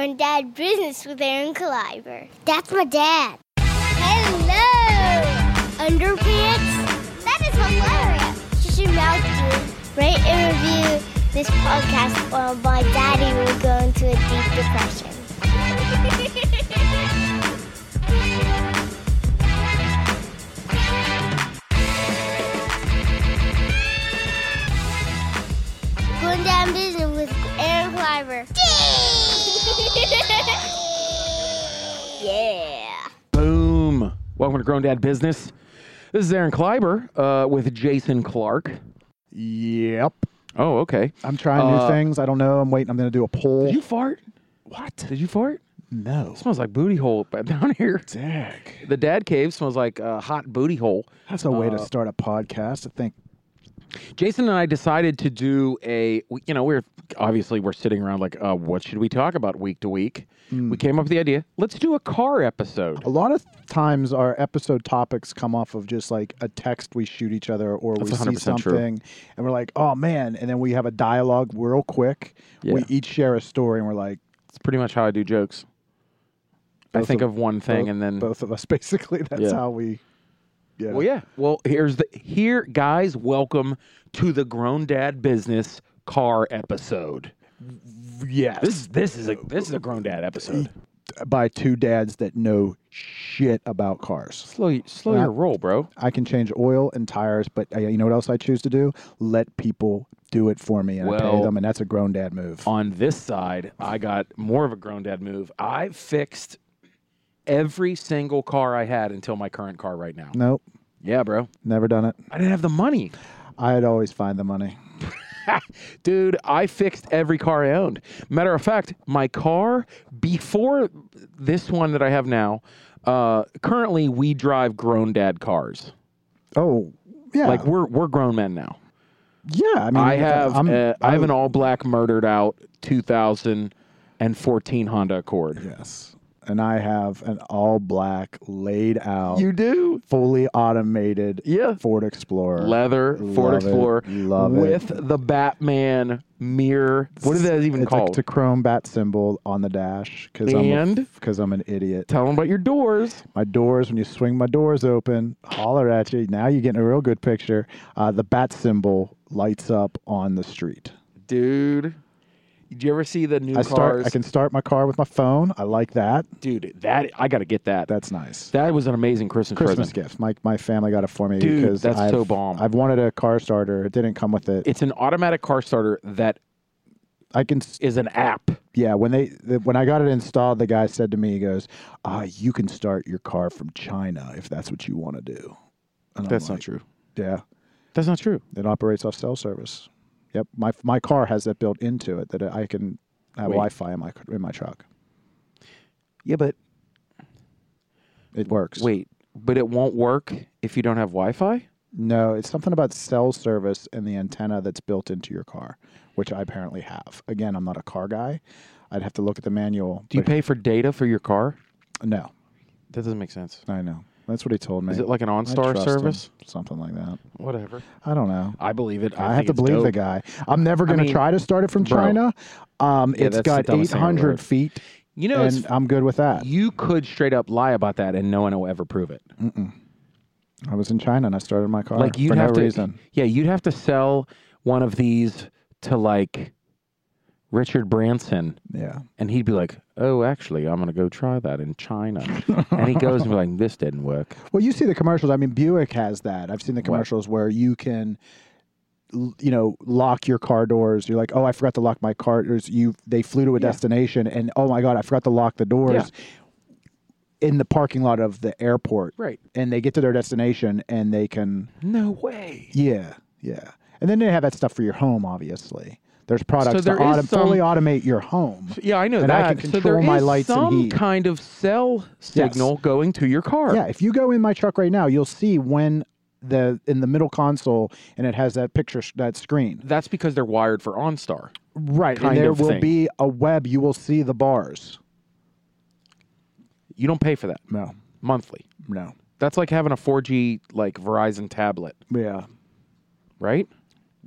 Granddad Business with Aaron Caliber. That's my dad. Hello! Underpants? That is hilarious. You should mouth to rate and review this podcast or my daddy will go into a deep depression. Going down business with Aaron Cliver. yeah. Boom. Welcome to Grown Dad Business. This is Aaron Kleiber uh, with Jason Clark. Yep. Oh, okay. I'm trying new Uh, things. I don't know. I'm waiting. I'm going to do a poll. Did you fart? what? Did you fart? No. Smells like booty hole b- down here. Dick. The dad cave smells like uh, hot booty hole. That's a Uh, way to start a podcast. I think. Jason and I decided to do a, we- you know, we're obviously we're sitting around like, uh, what should we talk about week to week? We came up with the idea, let's do a car episode. A lot of times our episode topics come off of just like a text we shoot each other or That's we see 100% true. something and we're like, oh man. And then we have a dialogue real quick. Yeah. We each share a story and we're like, It's pretty much how I do jokes. I Both think of- of one thing both, and then both of us basically. That's Yeah. how we. Yeah. Well, yeah. Well, here's the here, guys. Welcome to the grown dad business car episode. Yes. This this is a this is a grown dad episode. by two dads that know shit about cars. Slow slow Yeah. your roll, bro. I can change oil and tires, but uh, you know what else I choose to do? Let people do it for me and I pay Well- them, and that's a grown dad move. On this side, I got more of a grown dad move. I fixed every single car I had until my current car right now. Nope, Yeah, bro. never done it. I didn't have the money. I'd always find the money. Dude, I fixed every car I owned. Matter of fact, my car before this one that I have now, uh, currently we drive grown dad cars. Oh, yeah, Like we're we're grown men now. yeah. I mean, I have I'm, uh, I have I- an all black murdered out 2014 Honda Accord. yes, and I have an all black, laid out, do. fully automated Yeah. Ford Explorer. Leather Love Ford it. Explorer Love it. with the Batman mirror. What is that even it's called? Like the chrome bat symbol on the dash because I'm And? because I'm an idiot. Tell them about your doors. my doors when you swing my doors open holler at you now you're getting a real good picture uh, the bat symbol lights up on the street Dude. Did you ever see the new i cars? start i can start my car with my phone i like that Dude, that I got to get that. that's nice That was an amazing Christmas, christmas present. gift my, my family got it for me Dude, because that's I've, so bomb. i've wanted a car starter it didn't come with it, It's an automatic car starter that i can s- is an app. yeah when they the, when i got it installed the guy said to me he goes uh, you can start your car from china if that's what you want to do and I'm like, true. yeah That's not true. It operates off cell service. Yep, my my car has that built into it that I can have Wait. Wi-Fi in my in my truck. Yeah, but It works. Wait, but it won't work if you don't have Wi-Fi. no, it's something about cell service and the antenna that's built into your car, which I apparently have. Again, I'm not a car guy. I'd have to look at the manual. Do you but- pay for data for your car? No, That doesn't make sense. I know. That's what he told me. Is it like an I OnStar trust him. service? Something like that. Whatever. I don't know. I believe it. I, have to believe the guy. I'm never going to mean, try to start it from bro. China. Um, Yeah, that's it's the got dumbest thing I've ever 800 heard. feet, You know, it's, and uh, I'm good with that. you could straight up lie about that, and no one will ever prove it. I was in China and I started my car Like you'd for have no to. reason. Yeah, you'd have to sell one of these to like Richard Branson, Yeah. and he'd be like, "Oh, actually, I'm gonna go try that in China," and he goes and be like, "This didn't work." Well, you see the commercials. I mean, Buick has that. I've seen the commercials where you can, l- you know, lock your car doors. You're like, oh, I forgot to lock my car. Doors. You they flew to a destination, and oh my god, I forgot to lock the doors. In the parking lot of the airport, Right. and they get to their destination, and they can, No way. yeah, yeah, and then they have that stuff for your home. Obviously, there's products there to is autom- fully some- automate your home. Yeah, I know And that. I can so there control my is lights and some heat. kind of cell signal going to your car. Yeah, if you go in my truck right now, you'll see when the in the middle console and it has that picture that screen. That's because they're wired for OnStar. Right, kind and there of will thing. be a web. You will see the bars. You don't pay for that No, monthly. no, That's like having a 4G like Verizon tablet, yeah, right?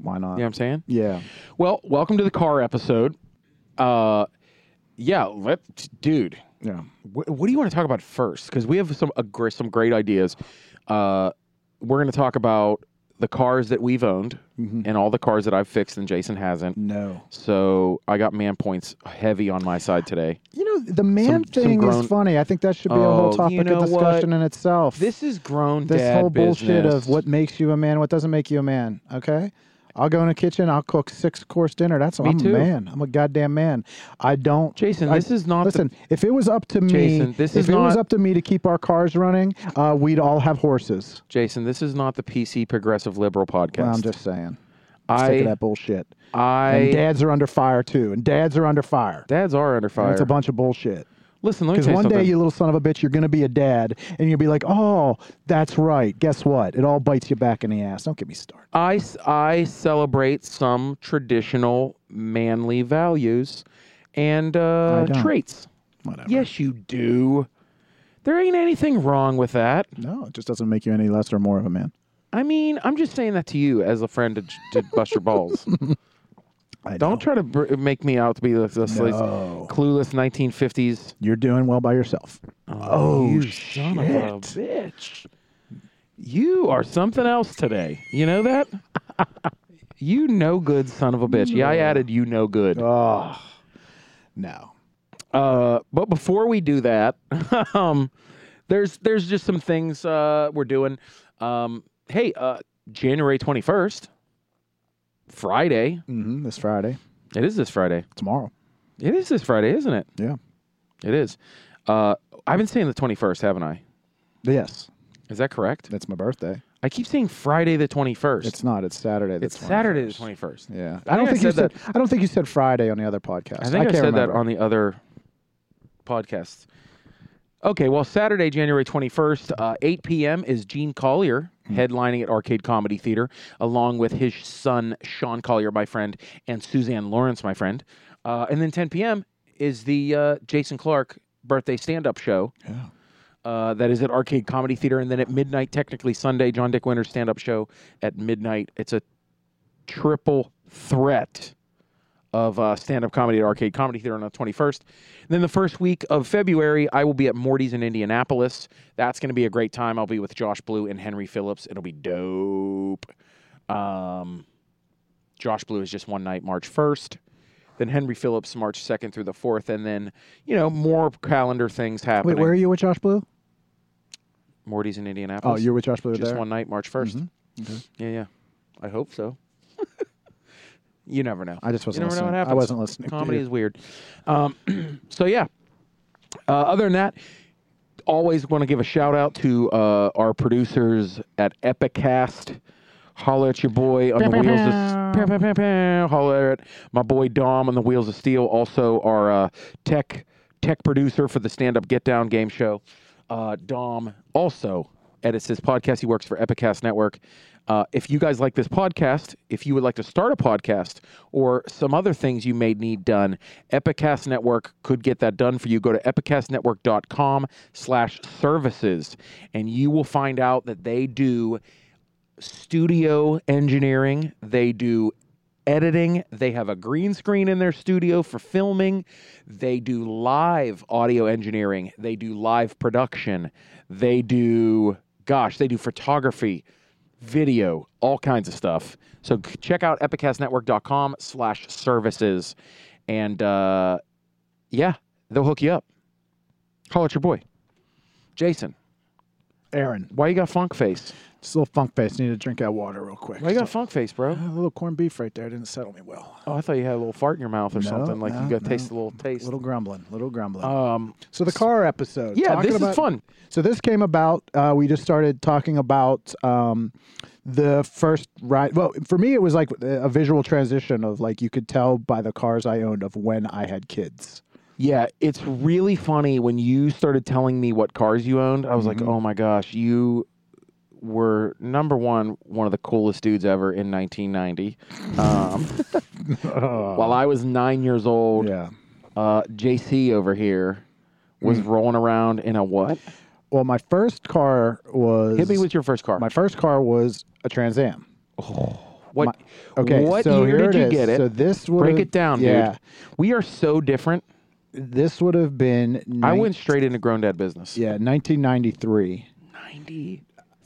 why not? You know what I'm saying? yeah. Well, welcome to the car episode. Uh, yeah, let dude. Yeah. Wh- what do you want to talk about first? Because we have some a, gr- some great ideas. Uh, we're going to talk about the cars that we've owned Mm-hmm. and all the cars that I've fixed and Jason hasn't. No. So I got man points heavy on my side today. You know, the man some thing grown- is funny. I think that should be a Oh, whole you topic know of discussion in itself. This is grown this dad whole bullshit business. of what makes you a man, what doesn't make you a man. Okay, I'll go in the kitchen. I'll cook six course dinner. That's Me I'm too. a man. I'm a goddamn man. I don't. Jason, I- this is not the- Listen, if it was up to me, Jason, this if is it was not- up to me to keep our cars running, uh, we'd all have horses. Jason. This is not the PC progressive liberal podcast. I'm just saying. I'm sick of I that bullshit. and I dads are under fire too. And dads are under fire. dads are under And fire. It's a bunch of bullshit. Listen, let me Because tell you one something. day, you little son of a bitch, you're going to be a dad, and you'll be like, "Oh, that's right. Guess what? It all bites you back in the ass." Don't get me started. I, s- I celebrate some traditional manly values and uh, don't. traits. Whatever. Yes, you do. There ain't anything wrong with that. No, it just doesn't make you any less or more of a man. I mean, I'm just saying that to you as a friend to, to bust your balls. I Don't try to br- make me out to be this, this like, No. clueless 1950s. You're doing well by yourself. Oh, you son of a bitch. You are something else today. You know that? you no good son of a bitch. Yeah, I added you no good. Oh, no. Uh, but before we do that, um, there's there's just some things uh, we're doing. Um, hey, uh, January 21st, Friday. Mm-hmm. This Friday, It is this Friday. tomorrow. It is this Friday, isn't it? Yeah. It is. Uh, I've been saying the 21st, haven't I? Yes, Is that correct? that's my birthday. I keep saying Friday the 21st. It's not. It's Saturday. The It's Saturday the 21st. 21st. Yeah, I I don't think think I you said said. I don't think you said Friday on the other podcast. I think I, can't said remember. that on the other podcast. Okay, well, Saturday, January 21st, uh, 8 p.m. is Gene Collier Hmm. headlining at Arcade Comedy Theater, along with his son, Sean Collier, my friend, and Suzanne Lawrence, my friend. Uh, and then 10 p.m. is the uh, Jason Clark birthday stand up show. Yeah. Uh, that is at Arcade Comedy Theater, and then at midnight, technically Sunday, John Dick Winter's stand-up show at midnight. It's a triple threat of uh, stand-up comedy at Arcade Comedy Theater on the 21st. And then the first week of February, I will be at Morty's in Indianapolis. That's going to be a great time. I'll be with Josh Blue and Henry Phillips. It'll be dope. Um, Josh Blue is just one night, March 1st. Then Henry Phillips, March 2nd through the 4th. And then, you know, more calendar things happening. Wait, where are you with Josh Blue? Morty's in Indianapolis. Oh, you're with Josh Blue just there. Mm-hmm. one night, March 1st Yeah, yeah. I hope so. you never know. I just wasn't You never know listening. what I happens. wasn't listening to Comedy you. is weird. Um, so yeah. Uh, other than that, always want to give a shout out to uh, our producers at Epicast. Holler at your boy on the wheels of pow, pow, pow, pow. holler at my boy Dom on the wheels of steel. Also our uh, tech tech producer for the stand up Get Down game show. Uh, Dom also edits his podcast. He works for Epicast Network. Uh, if you guys like this podcast, if you would like to start a podcast or some other things you may need done, Epicast Network could get that done for you. Go to epicastnetwork.com slash services, and you will find out that they do studio engineering. They do editing. They have a green screen in their studio for filming. They do live audio engineering. They do live production. They do, gosh, they do photography, video, all kinds of stuff. So c- check out epicastnetwork.com slash services. And uh, yeah, they'll hook you up. Call it your boy. Jason, Aaron, why you got funk face? just a little funk face. Need to drink that water real quick. Why you got funk face, bro? a little corned beef right there didn't settle me well. Oh, I thought you had a little fart in your mouth or No, something. Like you no, got to no. taste a little taste. Little grumbling, little grumbling. um, So the car episode. yeah, talking this about, is fun. So this came about. Uh, we just started talking about um, the first ride. Well, for me, it was like uh, a visual transition of like you could tell by the cars I owned of when I had kids. Yeah, it's really funny when you started telling me what cars you owned. I was like, oh my gosh, you were number one, one of the coolest dudes ever in 1990. Um, while I was nine years old, Yeah. uh, JC over here was rolling around in a Mm. what? Well, my first car was Hit me with your first car. my first car was a Trans Am. what? Okay, what so year here did you is. get it? So this would Break it down, yeah. dude. We are so different. this would have been. I nine- went straight into grown dad business. Yeah, 1993. 90.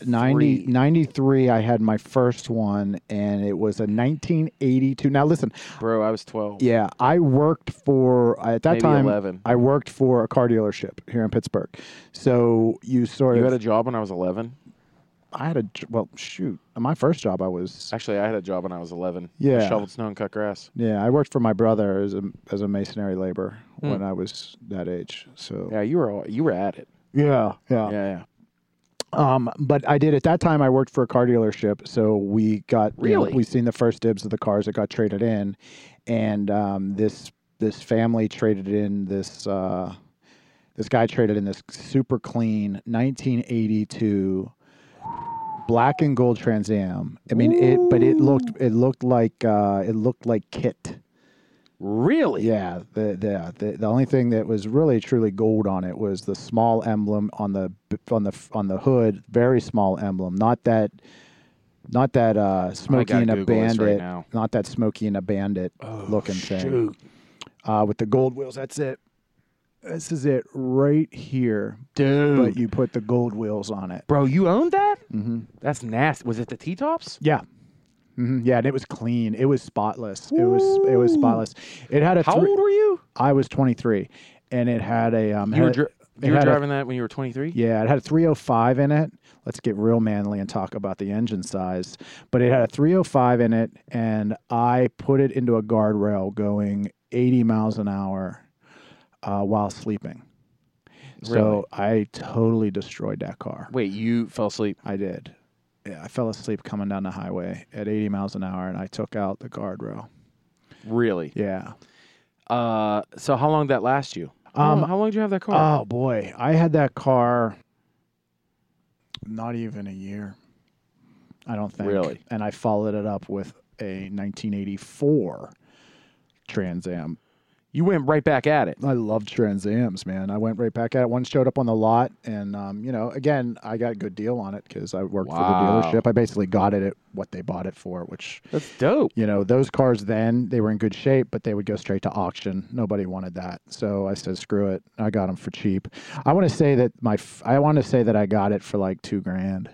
90, Three. 93, I had my first one, and it was a 1982. Now, listen, Bro, I was 12. yeah, I worked for, at that Maybe time, 11. I worked for a car dealership here in Pittsburgh. So you sort You of, had a job when I was 11? I had a, j- well, shoot, my first job I was, Actually, I had a job when I was 11. Yeah. I shoveled snow and cut grass. yeah, I worked for my brother as a, as a masonry laborer Hmm. when I was that age. So, Yeah, you were all, you were at it. yeah, yeah. Yeah, yeah. Um, but I did at that time. I worked for a car dealership, so we got you know, Really? we seen the first dibs of the cars that got traded in, and um, this this family traded in this uh, this guy traded in this super clean 1982 black and gold Trans Am. I mean it, but it looked it looked like uh, it looked like kit. Really? Yeah, the, the the the only thing that was really truly gold on it was the small emblem on the on the on the hood, very small emblem, not that not that uh Smokey gotta and a Google this right Bandit, now. Oh, not that Smokey and a Bandit looking thing. Shoot. Uh with the gold wheels, that's it. This is it right here, Dude. but you put the gold wheels on it. Bro, you owned that? Mm-hmm. That's nasty. Was it the T tops? Yeah. hmm Yeah, and it was clean. It was spotless. It was it was spotless. It had a How three- old were you? I was 23 and it had a um You were, had- dri- it you were had a- driving that when you were 23? Yeah, it had a 305 in it. Let's get real manly and talk about the engine size. But it had a 305 in it, and I put it into a guardrail going 80 miles an hour uh, while sleeping. Really? So I totally destroyed that car. Wait, you fell asleep. I did. Yeah, I fell asleep coming down the highway at 80 miles an hour, and I took out the guardrail. Really? Yeah. Uh, so how long did that last you? Um, how, how long did you have that car? Oh boy, I had that car not even a year. I don't think. Really? And I followed it up with a 1984 Trans Am. you went right back at it. I loved Trans Ams, man. I went right back at it. One showed up on the lot, and um, you know, again, I got a good deal on it because I worked Wow. for the dealership. I basically got it at what they bought it for, which That's dope. you know, those cars then they were in good shape, but they would go straight to auction. Nobody wanted that, so I said, "Screw it." I got them for cheap. I want to say that my f- I want to say that I got it for like two grand.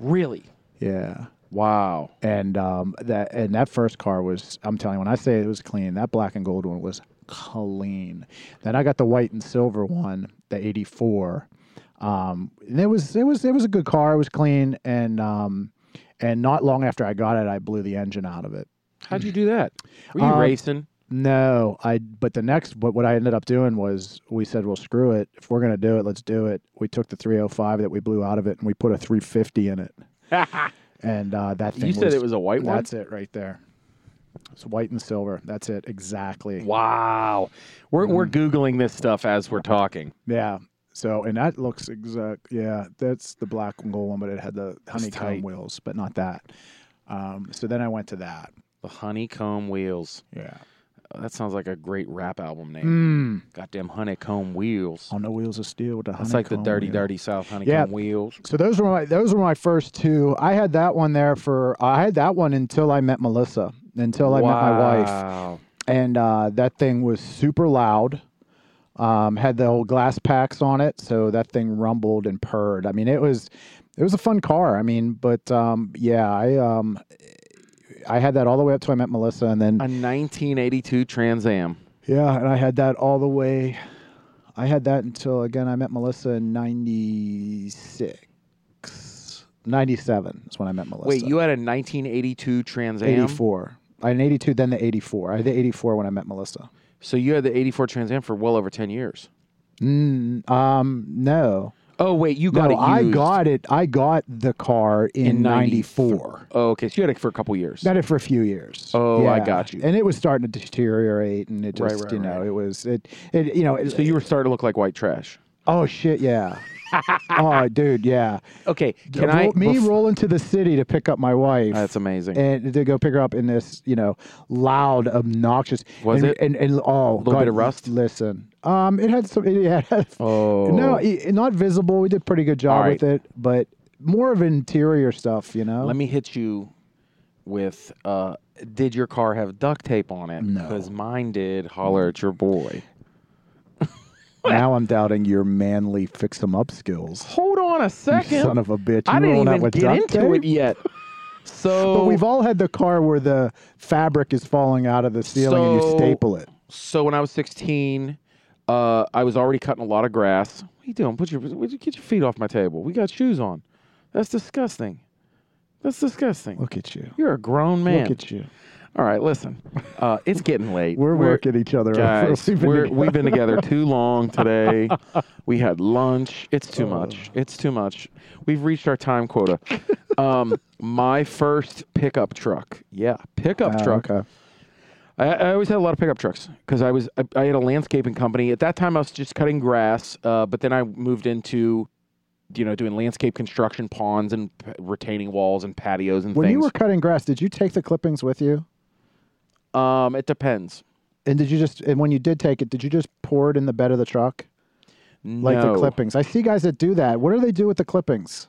Really? Yeah, Wow. and um, that and that first car was I'm telling you, when I say it was clean, that black and gold one was clean. Then I got the white and silver one, the '84. Um, and it was it was it was a good car. It was clean, and um, and not long after I got it, I blew the engine out of it. How'd you do that? Were you Um, racing? No, I. But the next, but what I ended up doing was we said, well, screw it. If we're gonna do it, let's do it. We took the 305 that we blew out of it and we put a 350 in it, and uh, that thing. you said it was a white one? That's it right there. It's white and silver. That's it exactly. Wow. We're, we're Googling this stuff as we're talking. Yeah. So and that looks exact. Yeah, that's the black and gold one, but it had the honeycomb tight. wheels, but not that. Um, so then I went to that. The honeycomb wheels. Yeah. Oh, that sounds like a great rap album name. Mm. Goddamn honeycomb wheels. On the wheels of steel with the That's like the honeycomb dirty, wheel. dirty South honeycomb wheels. So those were my those were my first two. I had that one there for I had that one until I met Melissa, until I met my wife, Wow. and uh, that thing was super loud. Um, had the old glass packs on it, so that thing rumbled and purred. I mean, it was it was a fun car. I mean, but um, yeah, I um, I had that all the way up till I met Melissa, and then A 1982 Trans Am. yeah, and I had that all the way. I had that until again I met Melissa in 96. 97 is when I met Melissa. Wait, you had a 1982 Trans Am? 84. I had an 82 then the 84. I had the 84 when I met Melissa. So you had the 84 Trans Am for well over 10 years. Mm, um no. Oh, wait, you got No, it I used. got it. I got the car in, In 94. 94. Oh, okay. So you had it for a couple years. Had it for a few years. Oh, I got you. And it was starting to deteriorate, and it Right, just, right, you know, right. it was, it, it you know, it, so you were starting to look like white trash. oh shit, yeah. oh, dude, yeah. Okay, can I? Roll- me bef- rolling to the city to pick up my wife That's amazing. and to go pick her up in this you know loud obnoxious Was and, it? and, and oh a little bit of rust? listen um it had some it had oh, no it, not visible we did a pretty good job All with it but more of interior stuff you know Let me hit you with. Uh, did your car have duct tape on it? Because mine did. Holler at your boy. Now I'm doubting your manly fix 'em up skills. Hold on a You second. son of a bitch. I You didn't rolling out even with get duct into tape? it yet. So But we've all had the car where the fabric is falling out of the ceiling and you So- staple it. so when I was 16, uh, I was already cutting a lot of grass. What are you doing? Put your would you get your feet off my table. We got shoes on. That's disgusting. That's disgusting. Look at you. You're a grown man. Look at you. All right, listen. Uh, it's getting late. We're, working each other up. Guys, We've been we're, together. we've been together too long today. we had lunch. It's too Oh. much. It's too much. We've reached our time quota. um, my first pickup truck. Yeah, pickup Ah, truck. okay. I, I always had a lot of pickup trucks because I was I, I had a landscaping company at that time. I was just cutting grass, uh, but then I moved into you know doing landscape construction, ponds and p- retaining walls and patios and When things. you were cutting grass, did you take the clippings with you? um, it depends. And did you just and when you did take it, did you just pour it in the bed of the truck like no. the clippings? I see guys that do that. What do they do with the clippings?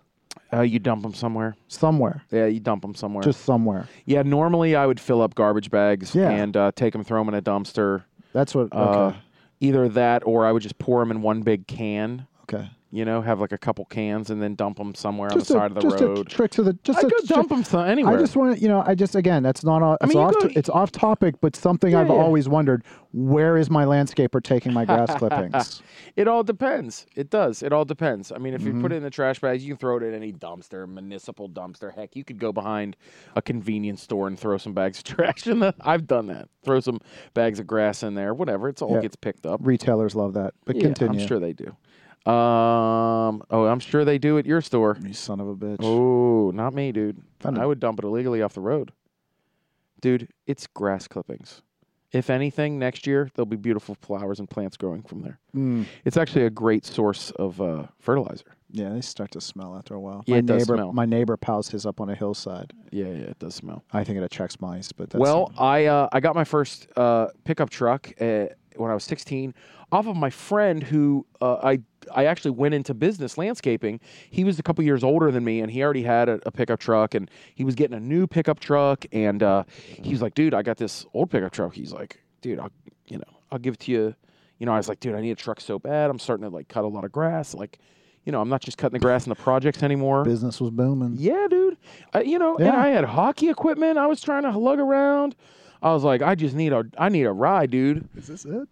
Uh, you dump them somewhere. Somewhere, Yeah, you dump them somewhere. just somewhere. yeah, normally I would fill up garbage bags Yeah. and uh, take them, throw them in a dumpster. That's what. Uh, Okay. Either that, or I would just pour them in one big can. okay. You know, have like a couple cans and then dump them somewhere Just on a, the side of the just a road. trick to the. Just I a go tri- dump them some, anywhere. I just want to, you know, I just again, that's not. all- It's mean, you off. go- to- it's off topic, but something I've yeah. always wondered: where is my landscaper taking my grass clippings? It all depends. It does. It all depends. I mean, if Mm-hmm. you put it in the trash bags, you can throw it in any dumpster, municipal dumpster. Heck, you could go behind a convenience store and throw some bags of trash in the. I've done that. Throw some bags of grass in there. Whatever. It's all Yeah. gets picked up. Retailers love that, but Yeah, continue. I'm sure they do. Um. Oh, I'm sure they do at your store. You son of a bitch. Oh, not me, dude. Found I it. would dump it illegally off the road. Dude, it's grass clippings. If anything, next year there'll be beautiful flowers and plants growing from there. Mm. It's actually a great source of uh, fertilizer. Yeah, they start to smell after a while. Yeah, my it does neighbor, smell. my neighbor piles his up on a hillside. Yeah, yeah, it does smell. I think it attracts mice, but that's well, I uh, I got my first uh, pickup truck uh, when I was 16 off of my friend who uh, I I actually went into business landscaping. He was a couple years older than me, and he already had a, a pickup truck, and he was getting a new pickup truck, and uh, he was like, "Dude, I got this old pickup truck." He's like, "Dude, I'll you know I'll give it to you." You know, I was like, "Dude, I need a truck so bad. I'm starting to like cut a lot of grass, like." You know, I'm not just cutting the grass in the projects anymore. business was booming. Yeah, dude. I, you know, and Yeah. I had hockey equipment. I was trying to lug around. I was like, I just need a, I need a ride, dude. Is this it?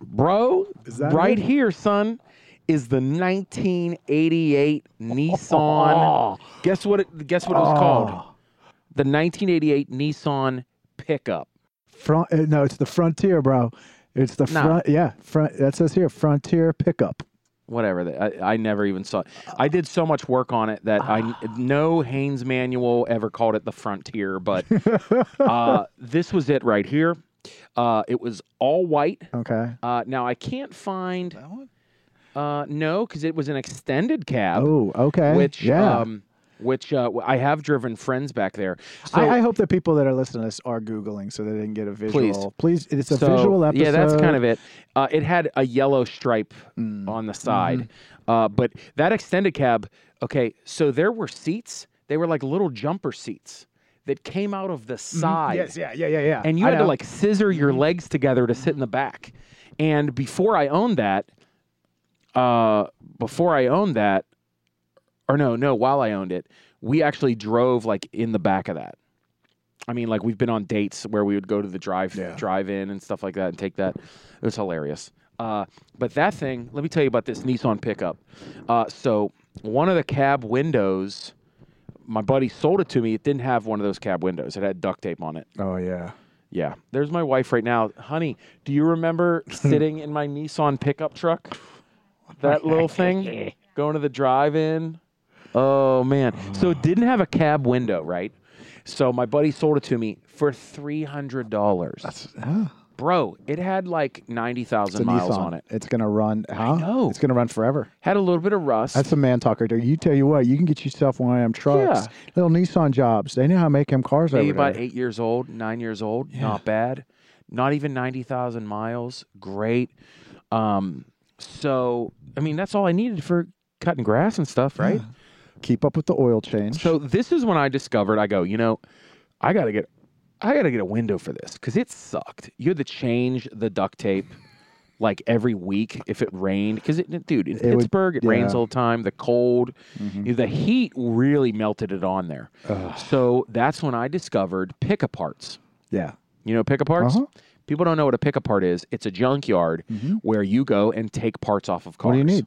Bro, Is that right it? here, son, is the 1988 Nissan. Guess what? It, guess what it was called? Ah. The 1988 Nissan pickup. Front? uh, No, it's the frontier, bro. It's the Nah. front. Yeah, front. That says here, frontier pickup. Whatever. the- I, I never even saw. It. I did so much work on it that Ah. I no Haynes manual ever called it the Frontier, but uh, this was it right here. Uh, it was all white. Okay. Uh, now I can't find That one? uh, no because it was an extended cab, Oh, okay. which yeah. um, which uh, w- I have driven friends back there. So I, I hope that people that are listening to this are googling so they didn't get a visual. Please, it's a so- visual episode. Mm. Yeah, that's kind of it. Uh, it had a yellow stripe on the side, Mm-hmm. uh, but that extended cab. Okay, so there were seats. They were like little jumper seats that came out of the side. Mm-hmm. Yes, yeah, yeah, yeah, yeah. and you I had to know. Mm-hmm. like scissor your legs together to sit in the back. And before I owned that, uh, before I owned that, or no, no, while I owned it, we actually drove like in the back of that. I mean, like we've been on dates where we would go to the drive Yeah. drive in and stuff like that and take that. It was hilarious. Uh, but that thing, let me tell you about this Nissan pickup. Uh, so one of the cab windows, my buddy sold it to me. It didn't have one of those cab windows. It had duct tape on it. Oh yeah. Yeah. There's my wife right now. Honey, do you remember sitting in my Nissan pickup truck? That little thing? Going to the drive in? Oh, man. So it didn't have a cab window, right? So my buddy sold it to me for $300. Oh, Bro, it had like 90,000 the miles Nissan. on it. It's gonna run. How? know. It's gonna run forever. Had a little bit of rust. That's a man talk right there. You tell you what, you can get yourself one of them trucks, little Nissan jobs. They know how to make them cars maybe over about there. eight years old, nine years old. Not bad. Not even 90,000 miles. Great. Um, so, I mean, that's all I needed for cutting grass and stuff, right? Keep up with the oil change. So this is when I discovered I go, you know, I got to get I got to get a window for this cuz it sucked. You had to change the duct tape like every week if it rained because it, dude, in It would- Pittsburgh it rains yeah. Mm-hmm. all the time. The cold, the heat really melted it on there. So that's when I discovered pick aparts. Yeah. You know, pick aparts. Uh-huh. Mm-hmm. People don't know what a pick apart is. It's a junkyard where you go and take parts off of cars. What do you need?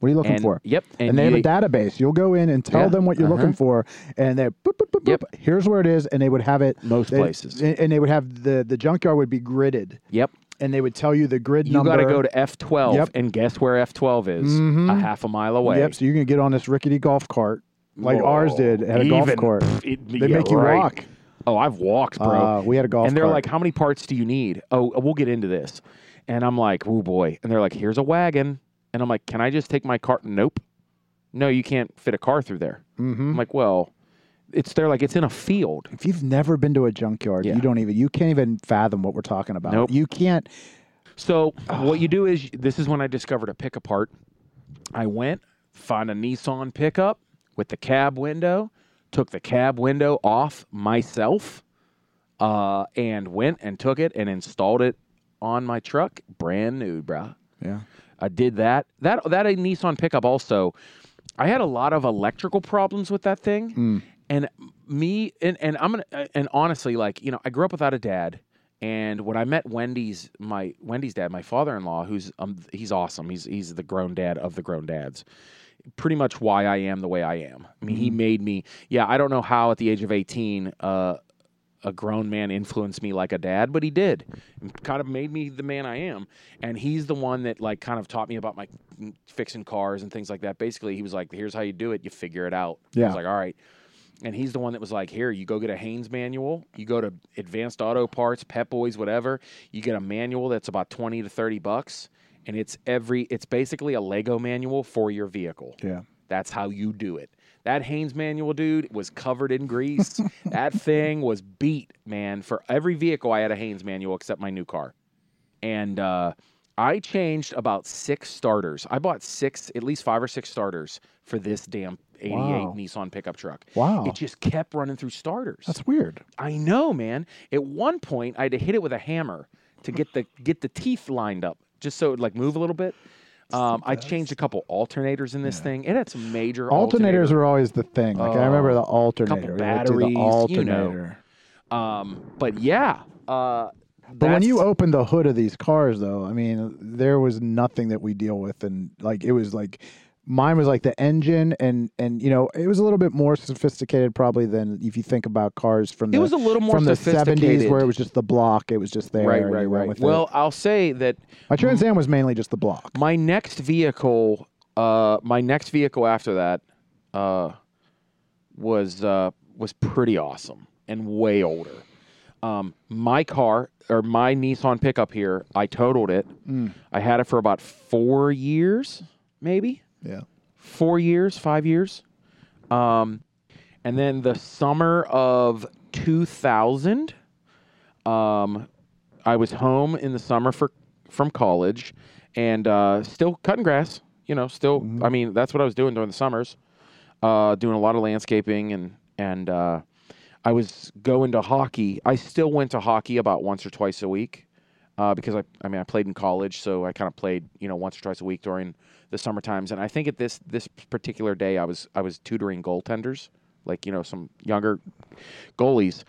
What are you looking And- for? yep, And, and they have a you- database. You'll go in and tell Yeah, Uh-huh. them what you're looking for, and they boop, boop, boop, Yep. boop, here's where it is, and they would have it Most they- places. and and they would have the the junkyard would be gridded, Yep. and they would tell you the grid You number. got to go to F12 Yep. Mm-hmm. and guess where F12 is a half a mile away. Yep. So you can get on this rickety golf cart like ours Whoa. did at a golf Even- court. pff, it- They yeah, make you right. walk. Oh, I've walked, bro. Uh, we had a golf and they're cart. like, "How many parts do you need?" Oh, we'll get into this. And I'm like, "Oh boy!" And they're like, "Here's a wagon." And I'm like, "Can I just take my cart?" Nope. No, you can't fit a car through there. Mm-hmm. I'm like, "Well, it's they're like it's in a field." If you've never been to a junkyard, Yeah. you don't even you can't even fathom what we're talking about. Nope. You can't. So what you do is this is when I discovered a pick apart. I went found a Nissan pickup with the cab window, took the cab window off myself, uh, and went and took it and installed it on my truck, brand new, bruh. Yeah. I did that. That that a Nissan pickup also. I had a lot of electrical problems with that thing, and me and and I'm gonna uh, and honestly, like you know, I grew up without a dad, and when I met Wendy's my Wendy's dad, my father-in-law, who's um he's awesome. He's he's the grown dad of the grown dads. Pretty much why I am the way I am. I mean, he made me. Yeah, I don't know how at the age of eighteen. Uh, a grown man influenced me like a dad, but he did. And kind of made me the man I am. And he's the one that like kind of taught me about my fixing cars and things like that. Basically, he was like, "Here's how you do it. You figure it out." I Yeah. was like, "All right." And he's the one that was like, "Here, you go get a Haynes manual. You go to Advanced Auto Parts, Pep Boys, whatever. You get a manual that's about 20 to 30 bucks, and it's every it's basically a Lego manual for your vehicle." Yeah. That's how you do it. That Haynes manual, dude, was covered in grease. that thing was beat, man. For every vehicle, I had a Haynes manual except my new car. And uh, I changed about six starters. I bought six, at least five or six starters for this damn 88 Wow. Nissan pickup truck. Wow. It just kept running through starters. That's weird. I know, man. At one point, I had to hit it with a hammer to get the get the teeth lined up, just so it would, like move a little bit. Um, I changed a couple alternators in this thing. It had some major Alternators alternator. Oh, are always the thing. Like I remember the alternator. We would do the batteries, you know. alternator. Um, but yeah. Uh, But when that's- you opened the hood of these cars, though, I mean, there was nothing that we deal with, and like it was like mine was like the engine, and and you know it was a little bit more sophisticated probably than if you think about cars from It the was a little more from the seventies sophisticated. where it was just the block, it was just there, right, and right, you went right. with it. Well, I'll say that my Trans Am was mainly just the block. my next vehicle, uh, my next vehicle after that, uh, was uh, was pretty awesome and way older. Um, my car or my Nissan pickup here, I totaled it. I had it for about four years, maybe Yeah, four years, five years. Um, and then the summer of 2000, um, I was home in the summer for from college, and uh, still cutting grass. You know, still. I mean, that's what I was doing during the summers, uh, doing a lot of landscaping and and uh, I was going to hockey. I still went to hockey about once or twice a week uh, because I, I mean, I played in college, so I kind of played, you know, once or twice a week during the summer times. And I think at this this particular day, I was I was tutoring goaltenders, like you know, some younger goalies,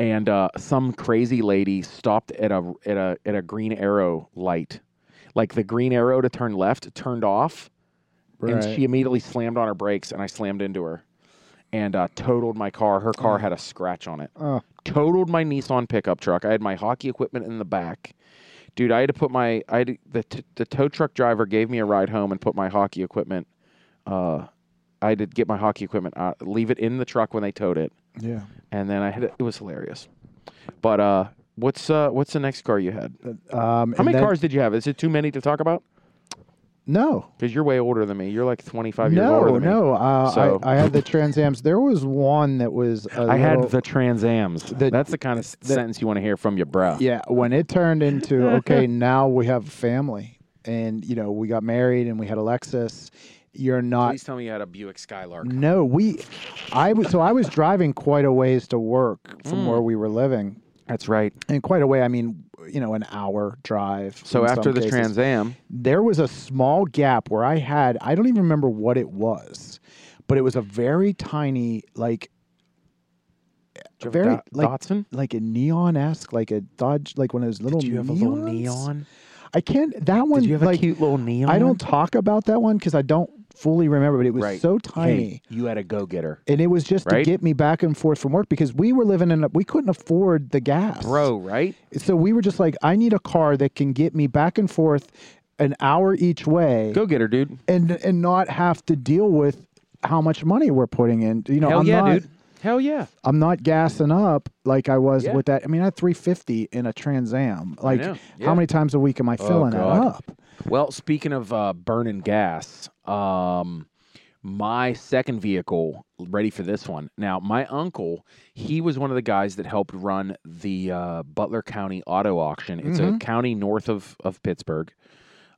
and uh, some crazy lady stopped at a at a at a green arrow light, like the green arrow to turn left turned off, and Right. she immediately slammed on her brakes, and I slammed into her, and uh, totaled my car. Her car had a scratch on it oh, totaled my Nissan pickup truck. I had my hockey equipment in the back. Dude, I had to put my I had to, the t- the tow truck driver gave me a ride home and put my hockey equipment. Uh, I had to get my hockey equipment out, leave it in the truck when they towed it, yeah. and then I had it. It was hilarious. But uh, what's uh, what's the next car you had? Um, How many cars did you have? Is it too many to talk about? No, Because you're way older than me. You're like 25 years no, older than me. no. Uh, So- I, I had the Trans Am's. There was one that was. I I had the Trans Am's. The- That's the kind of s- sentence you want to hear from your bro. Yeah, when it turned into okay, now we have a family, and you know we got married and we had Alexis. You're not. Please tell me you had a Buick Skylark. No, we. I was so I Mm. was driving quite a ways to work from where we were living, That's right. and quite a way. I mean, you know an hour drive. So in after some the cases. Trans Am, there was a small gap where I had I don't even remember what it was, but it was a very tiny like did you have a very Do- like Datsun. like a neon esque like a Dodge like one of those little. Did you have a little neon? I can't. That one. Did you have like, a cute little neon? I don't talk about that one because I don't fully remember, but it was Right. so tiny. you had a go getter, And it was just Right? to get me back and forth from work because we were living in a, we couldn't afford the gas. bro. Right? So we were just like, I need a car that can get me back and forth an hour each way Go getter, dude. and and not have to deal with how much money we're putting in. You know, Hell I'm yeah, not dude. Hell yeah. I'm not gassing up like I was Yeah. with that. I mean, I had 350 in a Trans Am. Like know, yeah. how many times a week am I filling that God. up? Well, speaking of uh, burning gas, um, my second vehicle, ready for this one. Now, my uncle, he was one of the guys that helped run the uh, Butler County Auto Auction. It's a county north of, of Pittsburgh.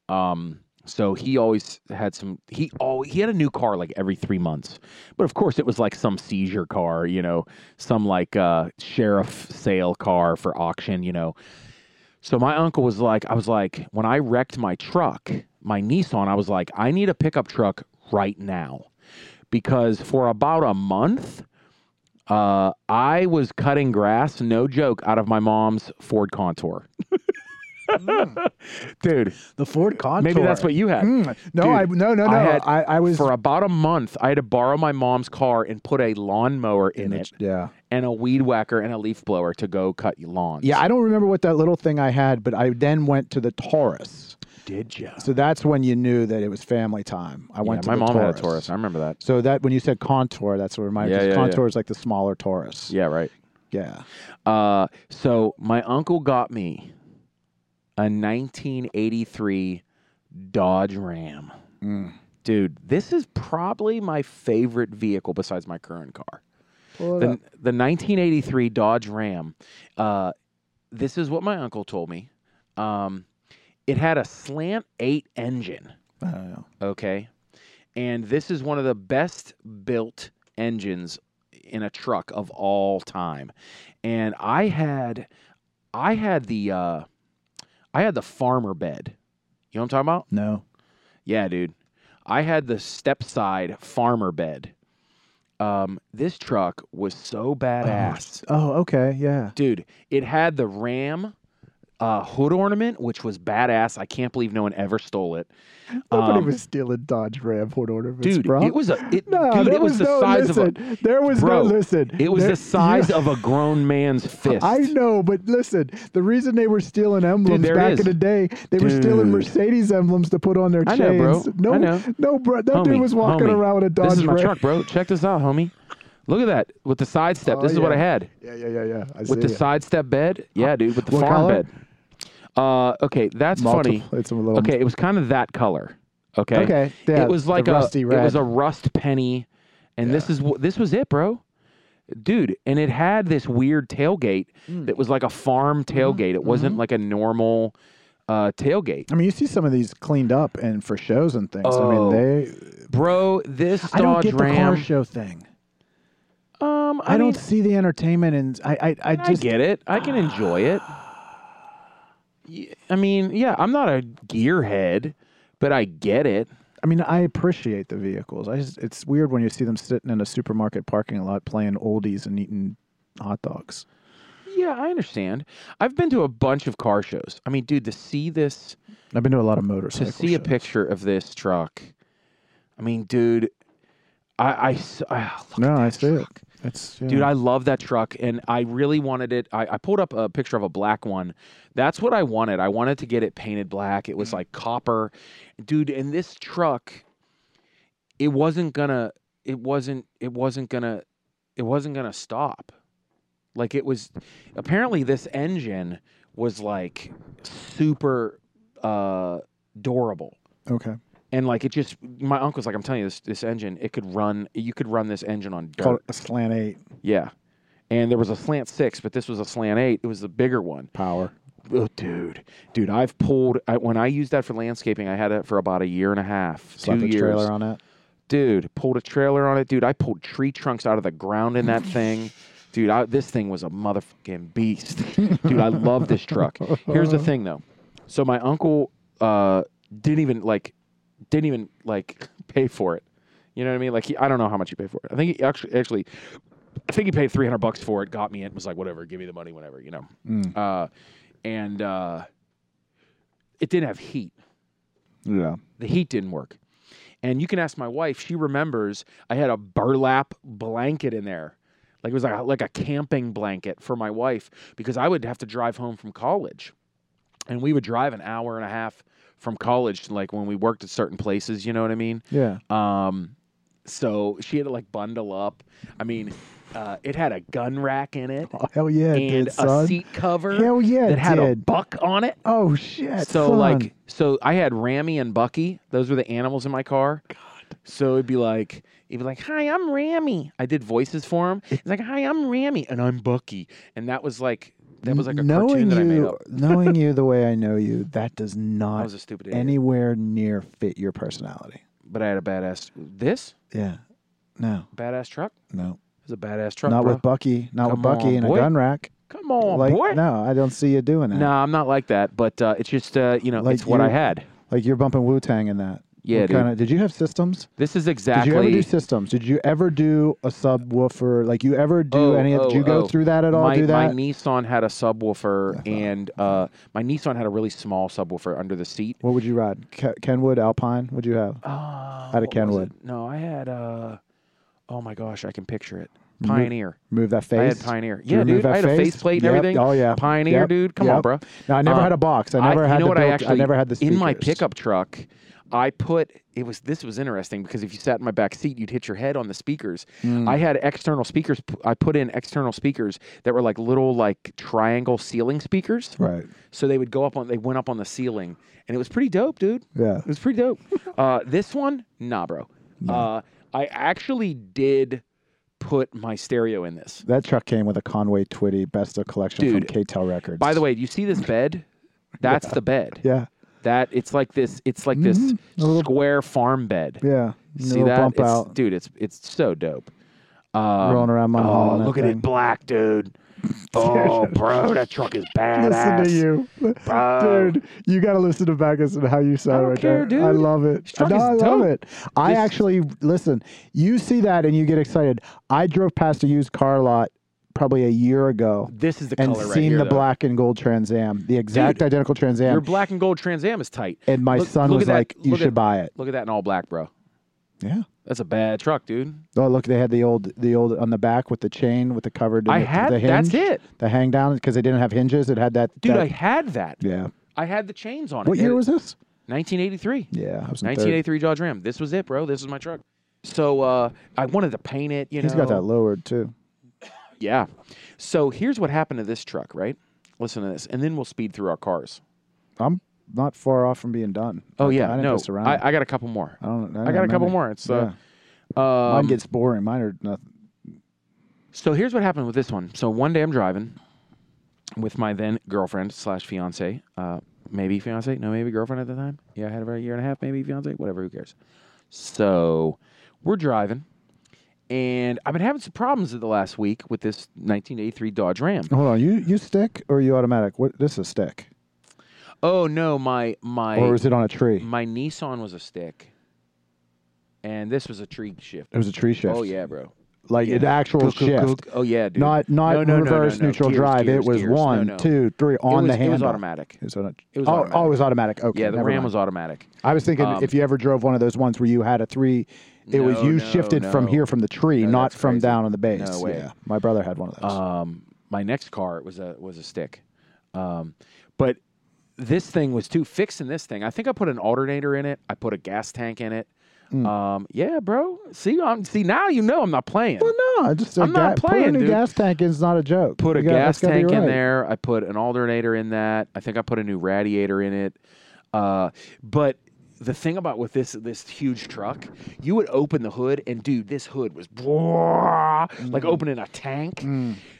Um, so he always had some. He all he had a new car like every three months, but of course it was like some seizure car, you know, some like uh, sheriff sale car for auction, you know. So my uncle was like, I was like, when I wrecked my truck, my Nissan, I was like, I need a pickup truck right now. Because for about a month, uh, I was cutting grass, no joke, out of my mom's Ford Contour. Hmm. Dude, The Ford Contour. maybe that's what you had. Mm, No, Dude, I no no no. I I, had- I, was For about a month, I had to borrow my mom's car and put a lawnmower in it yeah. and a weed whacker and a leaf blower to go cut lawns. Yeah, I don't remember what that little thing I had, but I then went to the Taurus. did you? So that's when you knew that it was family time. I Yeah, went to my the mom had Taurus. a Taurus. I remember that. So that when you said contour, that's what reminded Yeah, me. yeah, contour is like the smaller Taurus. Yeah, right. Yeah. Uh, so my uncle got me a 1983 Dodge Ram. Mm. Dude, this is probably my favorite vehicle besides my current car. Pull it The, up. the 1983 Dodge Ram. Uh, this is what my uncle told me. Um, it had a slant eight engine. I don't know. Okay. And this is one of the best built engines in a truck of all time. And I had I had the uh I had the farmer bed. You know what I'm talking about? No. Yeah, dude. I had the step side farmer bed. Um this truck was so badass. Oh, okay. Yeah. Dude, it had the Ram uh, hood ornament, which was badass. I can't believe no one ever stole it. Nobody Um, was stealing Dodge Ram Ford ornaments, dude, bro. it was a it, no, dude, Ah, there it was, the no, size listen, of There was Bro, no listen. a it was there- the size of a grown man's fist. I know, but listen, the reason they were stealing emblems there it back is. in the day, they were stealing Dude. Mercedes emblems to put on their I chains. know, bro. No, I know. no, bro. That Homie, dude was walking homie, around with a Dodge This is my Ram. truck, bro. Check this out, homie. Look at that with the side step. Oh, this is what I yeah. had Yeah, yeah, yeah, yeah. I with see the it. side step bed. Yeah, dude, with the What farm color? bed. Uh, okay, that's funny. Multiple- It's a little Okay, it was kind of that color. Okay. Okay, yeah, it was the like a rusty it was red. a rust penny, and this is wh- this was it, bro. Dude, and it had this weird tailgate Hmm. that was like a farm Mm-hmm, tailgate. It wasn't like a normal uh, tailgate, I mean, you see some of these cleaned up and for shows and things. I Oh. mean, they. bro. This I don't Dodge get the Ram. car show thing. um, I, don't mean, see the entertainment, and I, I, I I just get it. I can enjoy it. Y- I mean, yeah, I'm not a gearhead, but I get it. I mean, I appreciate the vehicles. I just, it's weird when you see them sitting in a supermarket parking lot playing oldies and eating hot dogs. Yeah, I understand. I've been to a bunch of car shows. I mean, dude, to see this I've been to a lot of to motorcycle see a shows. picture of this truck. I mean, dude, I, I s- ah, look No, at I that see it. truck. It's yeah. Dude, I love that truck, and I really wanted it. I, I pulled up a picture of a black one. That's what I wanted. I wanted to get it painted black. It was like copper, dude. And this truck, it wasn't gonna. It wasn't. It wasn't gonna. It wasn't gonna stop. Like it was. Apparently, this engine was like super uh, durable okay. and like it just my uncle's like i'm telling you this this engine it could run you could run this engine on dirt Called a slant eight yeah and there was a slant six but this was a slant eight it was the bigger one power. oh, dude dude i've pulled I, when i used that for landscaping i had it for about a year and a half Slap two a years trailer on it. dude pulled a trailer on it dude i pulled tree trunks out of the ground in that thing Dude, I, this thing was a motherfucking beast. Dude, I love this truck. Here's the thing though. So my uncle uh, didn't even like didn't even like pay for it. You know what I mean? Like he, I don't know how much he paid for it. I think he actually actually I think he paid 300 bucks for it, got me it, was like whatever, give me the money whenever, you know. Uh, and uh, it didn't have heat Yeah. the heat didn't work. And you can ask my wife; she remembers I had a burlap blanket in there, like it was like a, like a camping blanket for my wife because I would have to drive home from college, and we would drive an hour and a half from college, to, like when we worked at certain places. You know what I mean? Yeah. Um, so she had to like bundle up. I mean, uh, it had a gun rack in it Oh, hell yeah, it and did, a son. seat cover Hell yeah, it that had a did. buck on it. oh shit. So son. like, so I had Rammy and Bucky. Those were the animals in my car. God. So it'd be like, it'd be like, "Hi, I'm Rammy." I did voices for him. He's like, "Hi, I'm Rammy," and I'm Bucky. And that was like, that was like a knowing cartoon you, that I made up. knowing you the way I know you, that does I not was a stupid idiot, anywhere near fit your personality. but I had a badass. This Yeah. No. badass truck No. It was a badass truck. not bro. with Bucky. Not Come with Bucky on, and boy. a gun rack. Come on, like boy. No. no, I don't see you doing that. I'm not like that. But uh, it's just, uh, you know, Like it's what I you- had. Like you're bumping Wu Tang in that. Yeah, What dude. kinda- did you have systems? This is Did exactly. you ever do systems? Did you ever do a subwoofer? Like you ever do Oh, any? of did you oh, go oh. through that at all? my, do my that? Nissan had a subwoofer, and uh, my Nissan had a really small subwoofer under the seat. what would you ride? Ke- Kenwood Alpine? Would you have? Uh, Out of what was Kenwood. it? No, I had. Uh, oh my gosh, I can picture it. Pioneer. Remove that face. I had Pioneer. Did you Yeah, remove dude. that I had a face? faceplate and Yep. everything. Oh yeah. Pioneer, Yep. dude. Come on, Yep. bro. No, I never Uh, had a box. I never you had know the what built, I, actually, never had the in my speakers. pickup truck. I put it was this was interesting because if you sat in my back seat, you'd hit your head on the speakers. Hmm. I had external speakers. p- I put in external speakers that were like little like triangle ceiling speakers. Right. So they would go up on. They went up on the ceiling, and it was pretty dope, dude. Yeah. It was pretty dope. uh, this one, nah, bro. Uh, I actually did put my stereo in this. That truck came with a Conway Twitty Best of Collection Dude. from KTEL Records. By the way, do you see this bed? That's the bed. Yeah. That it's like this. It's like this square farm bed. Mm-hmm. Yeah. See Little that? bump It's- out. dude, it's it's so dope. Um, Rolling around Mount Holly Oh, in that look at thing. it, black dude. Oh, bro, that truck is badass. Listen to you, Bro. dude. You got to listen to Backus and how you sound don't right care, there. I dude. love it. This truck No, is I love dope. it. I This- actually listen. You see that and you get excited. I drove past a used car lot probably a year ago This is the and color right seen here, the though. black and gold Trans Am, the exact Dude, identical Trans Your Am. black and gold Trans Am is tight. And my Look- son look was at that- like, "You look should at- buy it." Look at that in all black, bro. Yeah. That's a bad truck, dude. Oh, look, they had the old, the old on the back with the chain with the covered. I the, had- the that's hinge, it. The hang down because they didn't have hinges. It had that. Dude, that- I had that. yeah. I had the chains on it. What year It- was this? 1983. Yeah, I was in third. 1983 Dodge Ram. This was it, bro. This is my truck. So uh, I wanted to paint it. You know, He's got that lowered too. Yeah. So here's what happened to this truck, right? Listen to this, and then we'll speed through our cars. I'm not far off from being done. Oh Like, yeah, I didn't no, piss around. Oh, I, I got a couple more. I don't. I don't got a couple remember. more. It's uh, Mine um, gets boring. Mine are nothing. So here's what happened with this one. So one day I'm driving with my then girlfriend slash fiance, uh, maybe fiance, no, maybe girlfriend at the time. Yeah, I had about a year and a half, maybe fiance, whatever. Who cares? So we're driving, and I've been having some problems the last week with this 1983 Dodge Ram. Hold on. You you stick or you automatic? What? This is stick. Oh no, my my Or is it on a tree? my Nissan was a stick, and this was a tree shift. It was a tree shift. Oh yeah, bro. Like an actual Cook, cook, shift. cook. Oh yeah, dude. Not not No, no, no, no, reverse no. neutral Gears, drive. gears, it was gears. No, one, no. two, three on it was, the handle. It was automatic. It was, on a, It was oh, automatic. oh, it was automatic. Okay. Yeah, the never Ram mind. was automatic. I was thinking if you ever drove one of those ones where you had a three, it was No, you no, shifted from no. here from the tree, No, not that's from crazy. down on the base. No way. Yeah, my brother had one of those. Um, my next car was a was a stick, um, but this thing was too fixing this thing. I think I put an alternator in it. I put a gas tank in it. Hmm. Um, yeah, bro. See, I'm see now you know I'm not playing. well, no, I just a I'm not ga- playing, putting dude. a gas tank in is not a joke. put a You gotta- gas that's gotta tank be in right. there. I put an alternator in that. I think I put a new radiator in it. Uh, but the thing about with this this huge truck, you would open the hood, and dude, this hood was Mm. like opening a tank.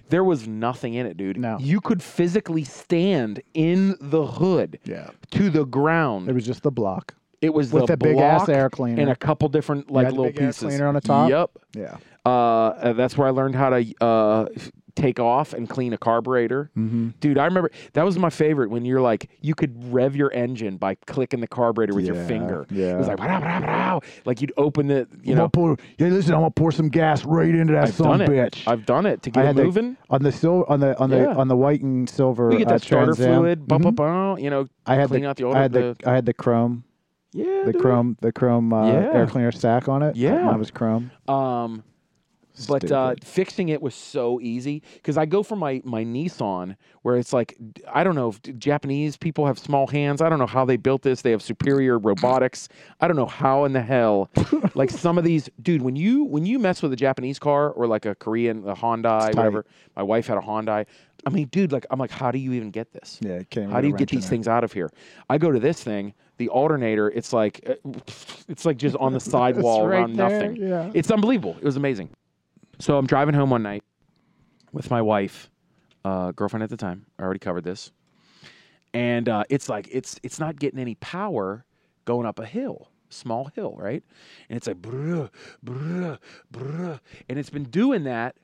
There was nothing in it, dude. No. You could physically stand in the hood Yeah. to the ground. It was just the block. It was With the the big ass block air cleaner. and a couple different like had the little big air pieces. cleaner on the top? Yep. Yeah. Uh, that's where I learned how to uh, take off and clean a carburetor. Mm-hmm. Dude, I remember that was my favorite when you're like, you could rev your engine by clicking the carburetor with your Yeah, finger. It yeah. was like, "Wah, wah, wah, wah." like you'd open the, you know, pour, yeah, listen, I'm gonna pour some gas right into that I've done it. I've done it to get it to- moving. on the sil- on the on the Yeah. on the white and silver. we get uh, that starter Trans Am. fluid, bum, Mhm. bum, bum, you know, I had clean the, out the old, I had the, the, I had the chrome, yeah, the dude. chrome, the chrome uh, Yeah. air cleaner stack on it. Yeah. mine was chrome. Um, but uh, Stupid. fixing it was so easy because I go for my my Nissan where it's like I don't know if Japanese people have small hands. I don't know how they built this. They have superior robotics. I don't know how in the hell. like some of these, dude. When you when you mess with a Japanese car or like a Korean a Hyundai, tight. whatever. My wife had a Hyundai. I mean, dude. Like I'm like, how do you even get this? Yeah, it came. How do you get these things out of here? I go to this thing, the alternator. It's like, uh, it's like just on the sidewall right around there, nothing. yeah. It's unbelievable. It was amazing. So I'm driving home one night with my wife, uh, girlfriend at the time. I already covered this, and uh, it's like it's it's not getting any power going up a hill, small hill, right? And it's like bruh, bruh, bruh, and it's been doing that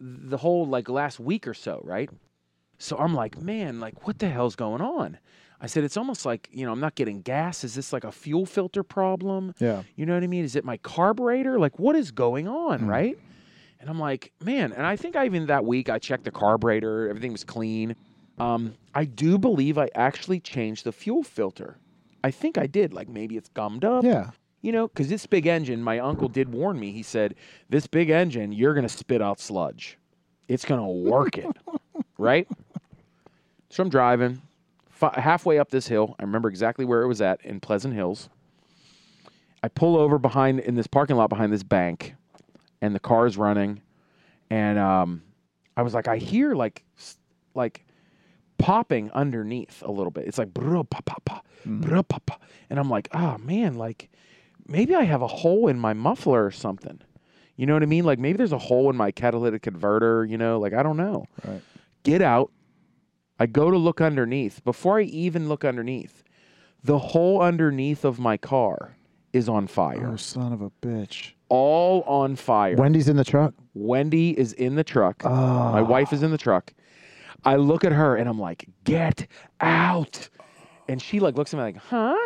the whole like last week or so, right? So I'm like, man, like what the hell's going on? I said, it's almost like, you know, I'm not getting gas. Is this like a fuel filter problem? Yeah. You know what I mean? Is it my carburetor? Like what is going on, right? And I'm like, man, and I think I even that week I checked the carburetor, everything was clean. Um, I do believe I actually changed the fuel filter. I think I did. Like maybe it's gummed up. Yeah, You know, because this big engine, my uncle did warn me. He said, This big engine, you're going to spit out sludge. It's going to work it. right? So I'm driving fi- halfway up this hill. I remember exactly where it was at in Pleasant Hills. I pull over behind in this parking lot behind this bank, and the car is running. And um, I was like, I hear like, s- like popping underneath a little bit. It's like bro pa pa pa, Mm-hmm. bro pa pa, and I'm like, ah man, like maybe I have a hole in my muffler or something. You know what I mean? Like maybe there's a hole in my catalytic converter. You know, like I don't know. Right. Get out. I go to look underneath. Before I even look underneath, the hole underneath of my car is on fire. oh son of a bitch. All on fire. Wendy's in the truck. Wendy is in the truck. Oh. My wife is in the truck. I look at her and I'm like, get out. And she like looks at me like, huh?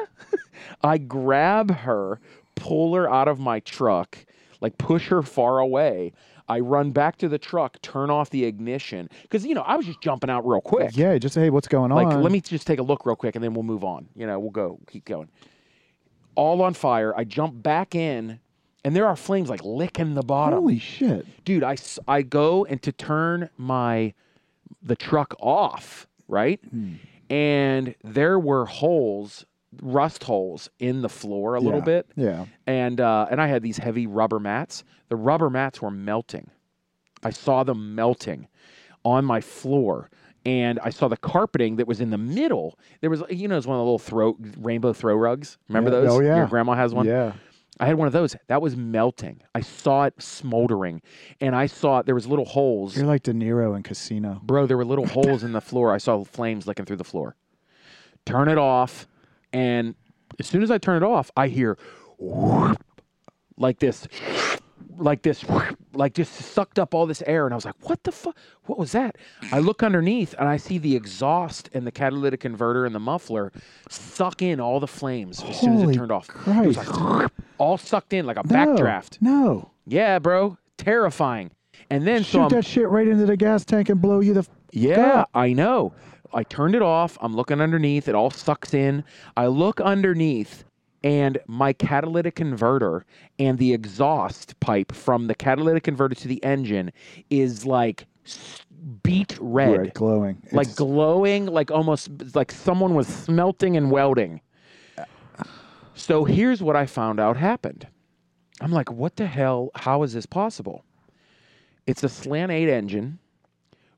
I grab her, pull her out of my truck, like push her far away. I run back to the truck, turn off the ignition. Cause you know, I was just jumping out real quick. Yeah, just hey, what's going Like, on? let me just take a look real quick and then we'll move on. You know, we'll go, keep going. All on fire. I jump back in and there are flames like licking the bottom Holy shit! dude I, s- I go and to turn my the truck off right Hmm. and there were holes rust holes in the floor a little Yeah. bit Yeah. and uh, and i had these heavy rubber mats the rubber mats were melting i saw them melting on my floor and i saw the carpeting that was in the middle there was you know it's one of the little throw rainbow throw rugs remember Yeah. those Oh, yeah. your grandma has one Yeah. I had one of those. That was melting. I saw it smoldering, and I saw there was little holes. You're like De Niro in Casino. Bro, there were little holes in the floor. I saw flames licking through the floor. Turn it off, and as soon as I turn it off, I hear whoop, like this, like this, whoop, like just sucked up all this air, and I was like, "What the fuck? What was that?" I look underneath, and I see the exhaust and the catalytic converter and the muffler suck in all the flames as soon as it Holy turned off. It was Christ. like whoop, all sucked in like a No, backdraft. No. Yeah, bro, terrifying. And then so Shoot I'm, that shit right into the gas tank and blow you the. F- yeah, up. I know. I turned it off. I'm looking underneath. It all sucks in. I look underneath, and my catalytic converter and the exhaust pipe from the catalytic converter to the engine is like s- beat red, Right, glowing. like It's- glowing, like almost like someone was smelting and welding. So here's what I found out happened. I'm like, what the hell? How is this possible? It's a slant 8 engine,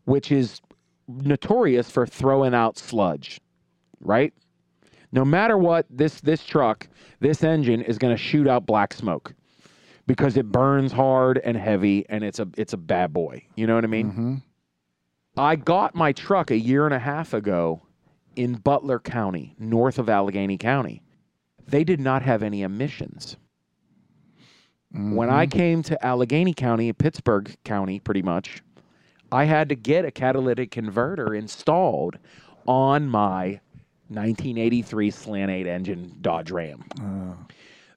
which is notorious for throwing out sludge, right? No matter what, this this truck, this engine is going to shoot out black smoke because it burns hard and heavy, and it's a it's a bad boy. You know what I Mm-hmm. mean? I got my truck a year and a half ago in Butler County, north of Allegheny County. They did not have any emissions. mm-hmm. When I came to Allegheny County, Pittsburgh County, pretty much, I had to get a catalytic converter installed on my 1983 Slant 8 engine Dodge Ram. Oh,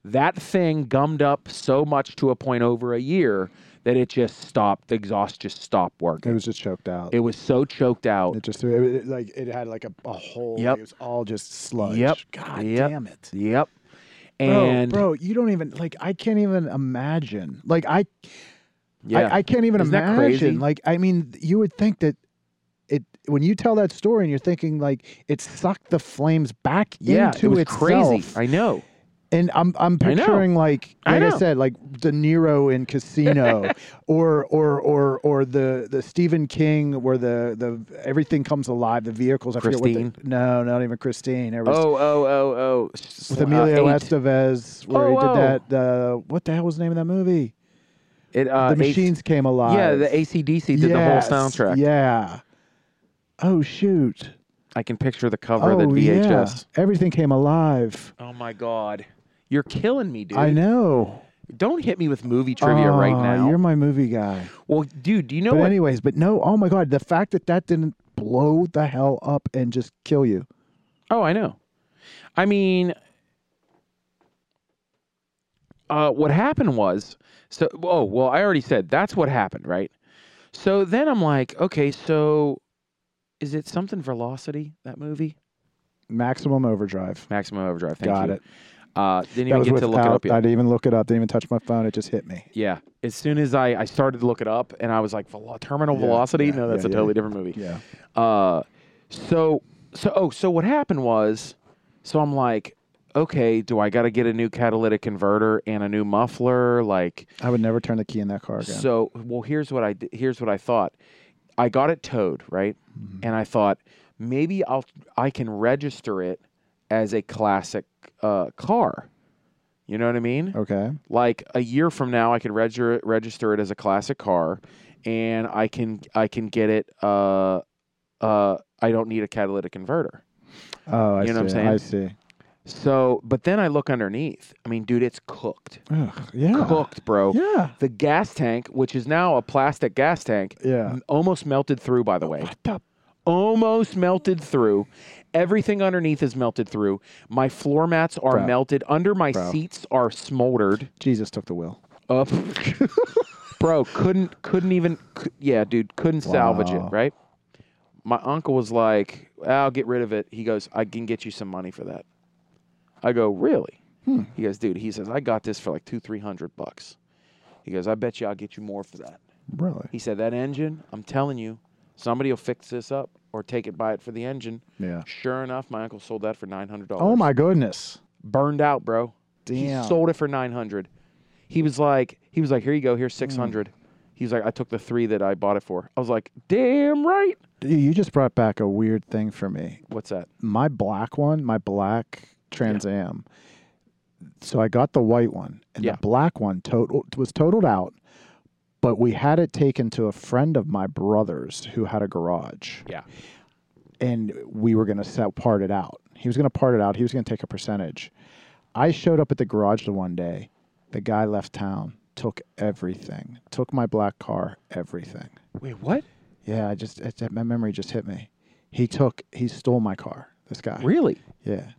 That thing gummed up so much to a point over a year that it just stopped. The exhaust just stopped It working. was just choked out. It It, was so choked out. just it, it, like it had like a, a hole. Yep. It was all just sludge. Yep. God Yep. damn it. Yep. Bro, And bro, you don't even like. I can't even imagine. Like I, yeah, I, I can't even Isn't that imagine. crazy? Like I mean, you would think that it when you tell that story and you're thinking like it sucked the flames back yeah, into it was itself. crazy. I know. And I'm I'm I know. picturing like I like I, know. said like De Niro in Casino, or or or or the the Stephen King where the the everything comes alive. The vehicles. I forget Christine? what. The, no, not even Christine. There was Oh, oh, oh, oh. with Emilio uh, eight. Estevez where Oh, he oh. did that. Uh, what the hell was the name of that movie? It, uh, the eight- machines came alive. Yeah, the ACDC did Yes, the whole soundtrack. Yeah. Oh shoot. I can picture the cover Oh of the VHS. yeah. Everything came alive. Oh my god. You're killing me, dude. I know. Don't hit me with movie trivia right Aw, now. You're my movie guy. Well, dude, do you know But what? anyways, but no. Oh my god, the fact that that didn't blow the hell up and just kill you. oh, I know. I mean, uh, what happened was so. Oh, well, I already said that's what happened, right? So then I'm like, okay, so is it something Velocity that movie? Maximum Overdrive. Maximum Overdrive. Thank Got you. it. Uh, didn't that even was get to without. look it up yet. I didn't even look it up. Didn't even touch my phone. It just hit me. Yeah. As soon as I, I started to look it up and I was like, Velo- Terminal Yeah, Velocity? yeah, no, that's yeah, a yeah. totally different movie. Yeah. Uh, so, so, oh, so what happened was, so I'm like, okay, do I got to get a new catalytic converter and a new muffler? Like, I would never turn the key in that car again. so, well, here's what I did, here's what I thought. I got it towed, right? And I thought maybe I'll I can register it as a classic uh, car. You know what I mean? okay. like a year from now i could register it, register it as a classic car and i can i can get it uh uh i don't need a catalytic converter Oh, I You know what I'm see. saying? I see. so but then i look underneath i mean dude it's cooked Ugh, yeah. cooked bro Yeah. the gas tank which is now a plastic gas tank Yeah. m- almost melted through by the way What the? almost melted through everything underneath is melted through my floor mats are Bro. melted under my Bro. seats are smoldered Jesus took the wheel. Uh, bro, couldn't couldn't even cou- yeah, dude, couldn't salvage it, Wow. right? My uncle was like, "I'll get rid of it." He goes, "I can get you some money for that." I go, "Really?" Hmm. He goes, "Dude," he says, "I got this for like two, three hundred bucks." He goes, "I bet you I'll get you more for that." Really? He said, "That engine, I'm telling you, somebody will fix this up or take it, buy it for the engine." Yeah. Sure enough, my uncle sold that for nine hundred dollars Oh my goodness. burned out, bro. Damn. He sold it for 900. He was like, he was like, here you go, here's 600. He was like, I took the three that I bought it for. I was like, damn right. Dude, you just brought back a weird thing for me. What's that? My black one, my black Trans Am. So I got the white one, and Yeah. the black one total was totaled out, but we had it taken to a friend of my brother's who had a garage. Yeah. and we were going to set part it out. He was going to part it out. He was going to take a percentage. I showed up at the garage the one day. The guy left town, took everything, took my black car, everything. Wait, what? Yeah, I just it, it- my memory just hit me. He took, he stole my car. This guy. Really? Yeah,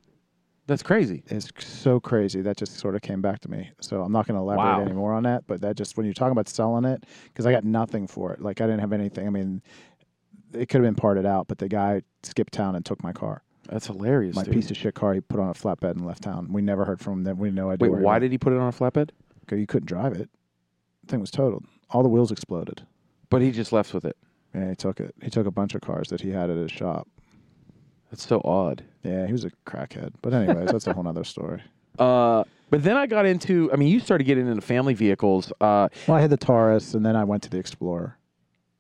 That's crazy. it's so crazy. That just sort of came back to me. So I'm not going to elaborate Wow. any more on that. But that just when you're talking about selling it, because I got nothing for it. Like I didn't have anything. I mean, it could have been parted out, but the guy skipped town and took my car That's hilarious, my dude. piece of shit car he put on a flatbed and left town. We never heard from him. Then we had no idea. Wait, why did he put it on a flatbed? did you couldn't drive it? The thing was totaled. All the wheels exploded. But he just left with it. And he took it. He took a bunch of cars that he had at his shop. That's so odd. Yeah, he was a crackhead. But anyways, that's a whole nother story. Uh, but then I got into, I mean, you started getting into family vehicles. Uh, Well, I had the Taurus, and then I went to the Explorer.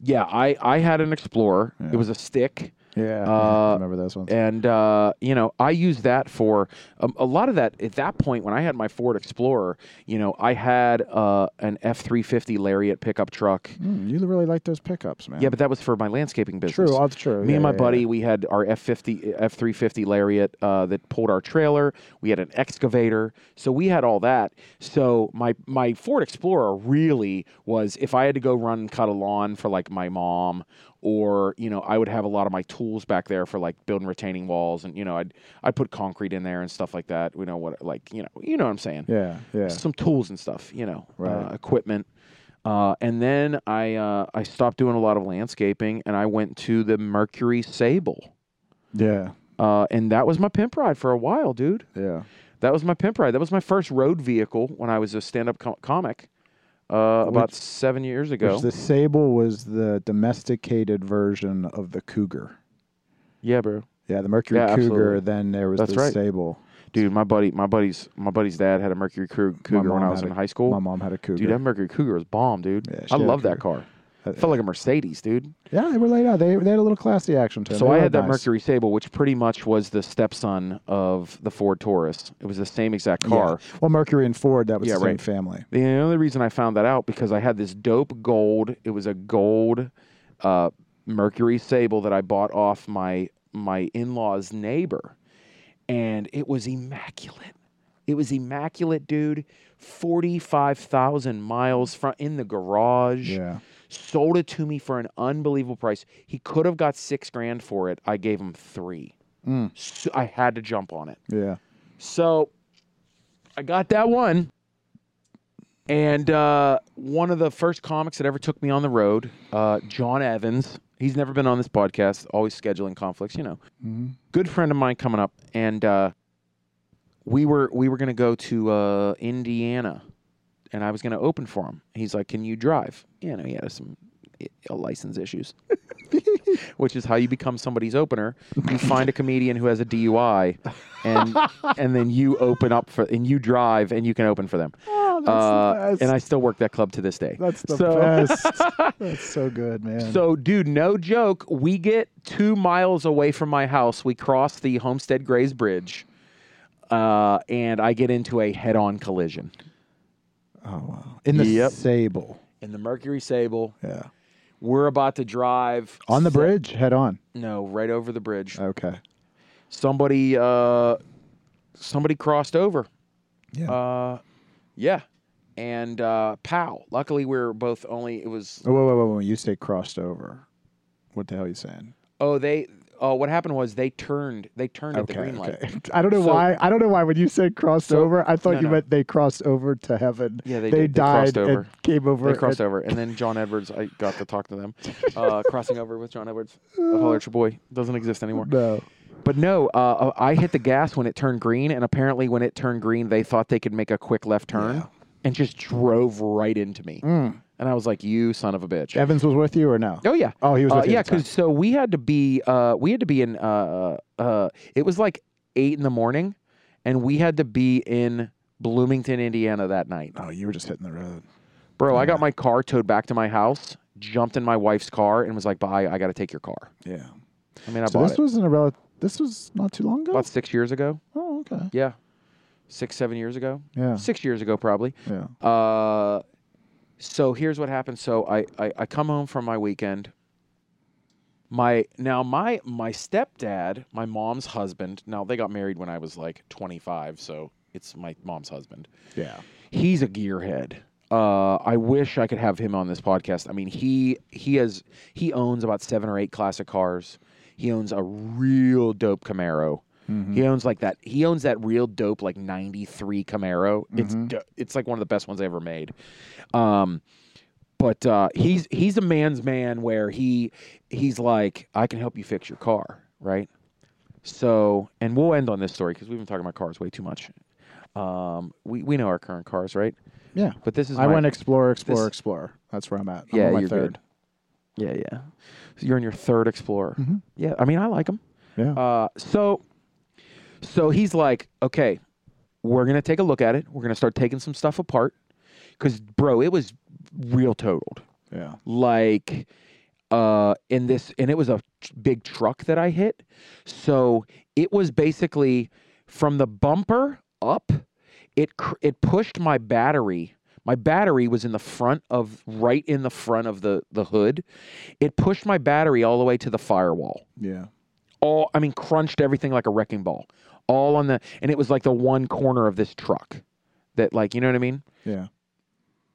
yeah, I, I had an Explorer. Yeah. It was a stick. Yeah, I Uh, remember those ones. and uh, you know i use that for um, a lot of that at that point when i had my ford explorer you know i had uh, an f-350 lariat pickup truck Mm, you really like those pickups, man. yeah but that was for my landscaping business true. All true. me Yeah, and my yeah, buddy yeah. we had our f-50 f-350 lariat uh, that pulled our trailer we had an excavator so we had all that so my my ford explorer really was if i had to go run and cut a lawn for like my mom or you know i would have a lot of my tools back there for like building retaining walls and you know i'd i'd put concrete in there and stuff like that you know what like you know you know what i'm saying Yeah, yeah. some tools and stuff, you know, Right. uh, equipment. Uh, and then I uh, I stopped doing a lot of landscaping, and I went to the Mercury Sable, Yeah, uh, and that was my pimp ride for a while, dude. yeah. That was my pimp ride. That was my first road vehicle when I was a stand up com- comic, uh, about seven years ago. Which the sable was the domesticated version of the cougar. yeah, bro, Yeah, the Mercury Yeah, Cougar. absolutely. Then there was That's the right. sable. dude, my buddy, my buddy's my buddy's dad had a Mercury Cru- My Cougar when mom I was had in a- high school. My mom had a cougar. dude, that Mercury Cougar was bomb, dude. Yeah, she I had a love that Cougar. Uh, car. Felt like a Mercedes, dude. yeah, they were laid out. They, they had a little classy action to them. So They I were had that nice. Mercury Sable, which pretty much was the stepson of the Ford Taurus. It was the same exact Yeah. car. Well, Mercury and Ford. That was Yeah, the same right. family. The only reason I found that out because I had this dope gold. It was a gold uh, Mercury Sable that I bought off my my in law's neighbor, and it was immaculate. It was immaculate, dude. Forty five thousand miles front in the garage Yeah. sold it to me for an unbelievable price. He could have got six grand for it. I gave him three. Mm. So I had to jump on it. Yeah. So I got that one. And uh, one of the first comics that ever took me on the road, uh, John Evans. He's never been on this podcast, always scheduling conflicts, you know hmm good friend of mine coming up, and uh, we were we were gonna go to uh, Indiana, and I was gonna open for him. He's like, "Can you drive?" You know, he had some uh, license issues, which is how you become somebody's opener. You find a comedian who has a DUI, and and then you open up for and you drive and you can open for them. Oh, Uh, that's the best. and I still work that club to this day. that's the so- best. that's so good, man. So, dude, no joke. We get two miles away from my house. We cross the Homestead Grays Bridge, uh, and I get into a head-on collision oh wow. In the Yep. sable. in the Mercury Sable. Yeah. We're about to drive On the bridge, head on. No, right over the bridge. Okay. Uh, Somebody, uh, somebody crossed over. Yeah. Uh, yeah, and uh, pow. Luckily, we were both only. It was oh, whoa, whoa, whoa, whoa. You say crossed over. What the hell are you saying? oh they. Oh, what happened was they turned. They turned at the green light. I don't know So- why. I don't know why when you said crossed So- over, I thought no, you no. meant they crossed over to heaven. Yeah, they they did. They died crossed over. and came over. They crossed over, and then John Edwards. I got to talk to them. Uh, crossing over with John Edwards, the whole your boy doesn't exist anymore. No. But no, uh, I hit the gas when it turned green, and apparently when it turned green, they thought they could make a quick left turn Yeah. and just drove right into me. Mm. And I was like, "You son of a bitch!" Evans was with you or no? Oh yeah. Oh, he was Uh, with you. yeah, at the time. because so we had to be, uh, we had to be in. Uh, uh, it was like eight in the morning, and we had to be in Bloomington, Indiana that night. Oh, you were just hitting the road. Bro, I Mm. got my car towed back to my house, jumped in my wife's car, and was like, "Bye, I got to take your car." Yeah. I mean, I So bought this it was in a rel- This was not too long ago. about six years ago. oh, okay. Yeah, six, seven years ago. Yeah. Six years ago, probably. Yeah. Uh, so here's what happened. So I, I I come home from my weekend. My now my my stepdad, my mom's husband. Now they got married when I was like 25, so it's my mom's husband. Yeah. he's a gearhead. Uh, I wish I could have him on this podcast. I mean, he he has he owns about seven or eight classic cars. He owns a real dope Camaro. Mm-hmm. He owns like that. He owns that real dope like '93 Camaro. It's Mm-hmm. do- it's like one of the best ones I ever made. Um, but uh, he's he's a man's man where he he's like, I can help you fix your car, right? So, and we'll end on this story because we've been talking about cars way too much. Um, we we know our current cars, right? Yeah. But this is I my, went Explorer, Explorer, this- Explorer. That's where I'm at. I'm Yeah, on my you're third. good. Yeah, yeah. So you're in your third Explorer. Yeah, I mean, I like them. Yeah. Uh, so, so he's like, okay, we're gonna take a look at it. We're gonna start taking some stuff apart, because bro, it was real totaled. yeah. Like, uh, in this, and it was a tr- big truck that I hit. So it was basically from the bumper up. It cr- it pushed my battery. My battery was in the front of right in the front of the the hood. It pushed my battery all the way to the firewall Yeah. all I mean crunched everything like a wrecking ball. All on the and it was like the one corner of this truck that like you know what I mean? Yeah.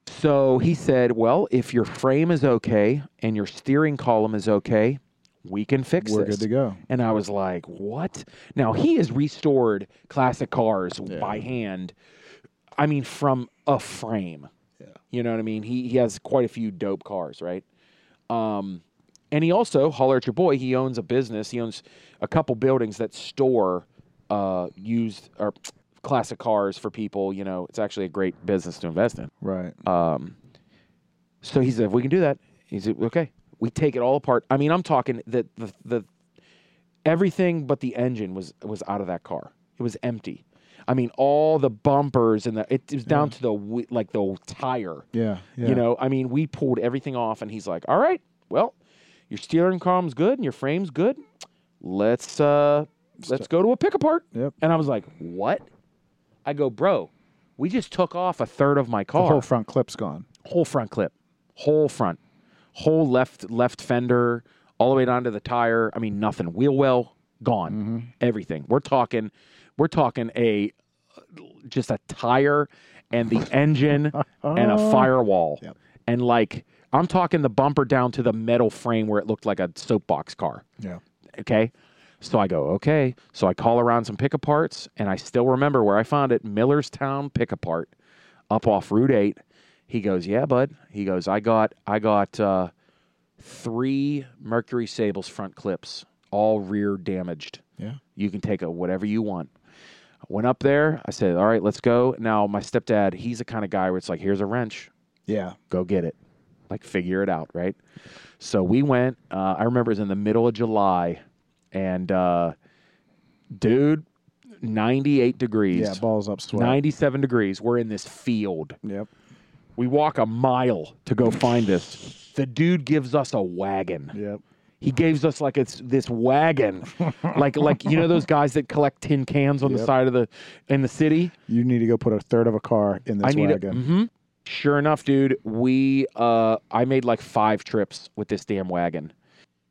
So he said, "Well, if your frame is okay and your steering column is okay, we can fix We're this." good to go. And I was like, "What?" Now he has restored classic cars by hand. I mean, from a frame. Yeah. You know what I mean? He he has quite a few dope cars, right? Um, and he also holler at your boy. He owns a business. He owns a couple buildings that store uh, used or classic cars for people. You know, it's actually a great business to invest in. Right. Um, so he said, if we can do that, he said, okay. We take it all apart. I mean, I'm talking that the, the everything but the engine was was out of that car. It was empty. I mean, all the bumpers and the it, was down to the wi- like the tire. yeah. Yeah. You know, I mean, we pulled everything off, and he's like, "All right, well, your steering column's good and your frame's good. Let's uh, let's go to a pick apart." Yep. And I was like, "What?" I go, "Bro, we just took off a third of my car, The whole front clip's gone. whole front clip, whole front, whole left left fender, all the way down to the tire. I mean, nothing. Wheel well gone. Everything. We're talking, we're talking a just a tire and the engine and a firewall Yep. and like I'm talking the bumper down to the metal frame where it looked like a soapbox car. Yeah. Okay. So I go, okay. So I call around some pick aparts and I still remember where I found it Millerstown pick apart up off Route 8. He goes, yeah, bud. He goes, I got, I got uh, three Mercury Sables front clips, all rear damaged. Yeah. You can take a whatever you want. I went up there. I said, all right, let's go. Now, my stepdad, he's the kind of guy where it's like, here's a wrench Yeah. go get it like figure it out right so we went uh, i remember it was in the middle of july and uh, dude 98 degrees Yeah. Balls up sweat. 97 degrees we're in this field Yep. we walk a mile to go find this the dude gives us a wagon Yep. he gives us like it's this wagon like like you know those guys that collect tin cans on the Yep. side of the in the city You need to go put a third of a car in this I need wagon. it. hmm Sure enough, dude, we uh, I made like five trips with this damn wagon.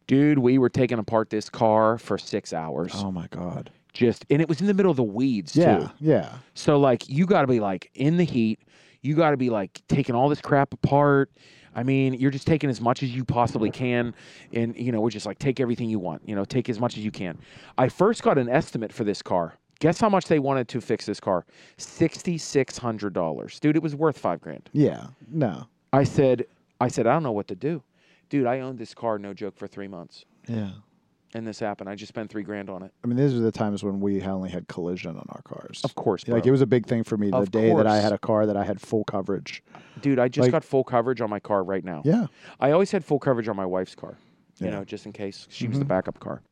Dude, we were taking apart this car for six hours. Oh my god. Just and it was in the middle of the weeds Yeah. too. Yeah. So like you gotta be like in the heat. You gotta be like taking all this crap apart. I mean, you're just taking as much as you possibly can. And you know, we're just like take everything you want, you know, take as much as you can. I first got an estimate for this car. Guess how much they wanted to fix this car? Sixty six hundred dollars. Dude, it was worth five grand. Yeah. No. I said, I said, I don't know what to do. Dude, I owned this car, no joke, for three months. Yeah. And this happened. I just spent three grand on it. I mean, these are the times when we only had collision on our cars. Of course, bro. Like it was a big thing for me the Of day that I course. had a car that I had full coverage. Dude, I just like- got full coverage on my car right now. Yeah. I always had full coverage on my wife's car, you Yeah. Mm-hmm. know, just in case she was the backup car.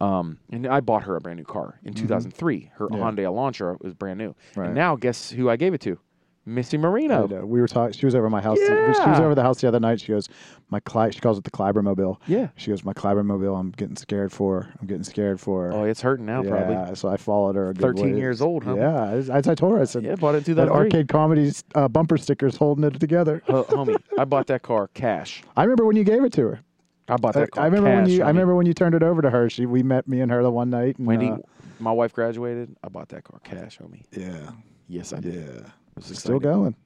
Um, and I bought her a brand new car in 2003. Her Mm-hmm. Yeah. Hyundai Elantra was brand new. Right. And now, guess who I gave it to? Missy Marino. And, uh, we were talking. She was over my house. the- She was Oh. Yeah. over the house the other night. She goes, my Cli- She calls it the Clybermobile. Yeah. She goes, my Clybermobile. I'm getting scared for. I'm getting scared for. Oh, it's hurting now, yeah. probably. So I followed her. A good 13 ways. years old, huh? Yeah. I, I, I told her. I said, Yeah, bought it in that 2003. arcade comedy uh, bumper stickers holding it together. Ho- homie, I bought that car cash. I remember when you gave it to her. I bought I, that car I remember when cash, you. I homie. remember when you turned it over to her. She. We met me and her the one night. And, Wendy, uh, my wife graduated. I bought that car cash, homie. yeah. Yes, I did. Yeah. It was Still exciting. going.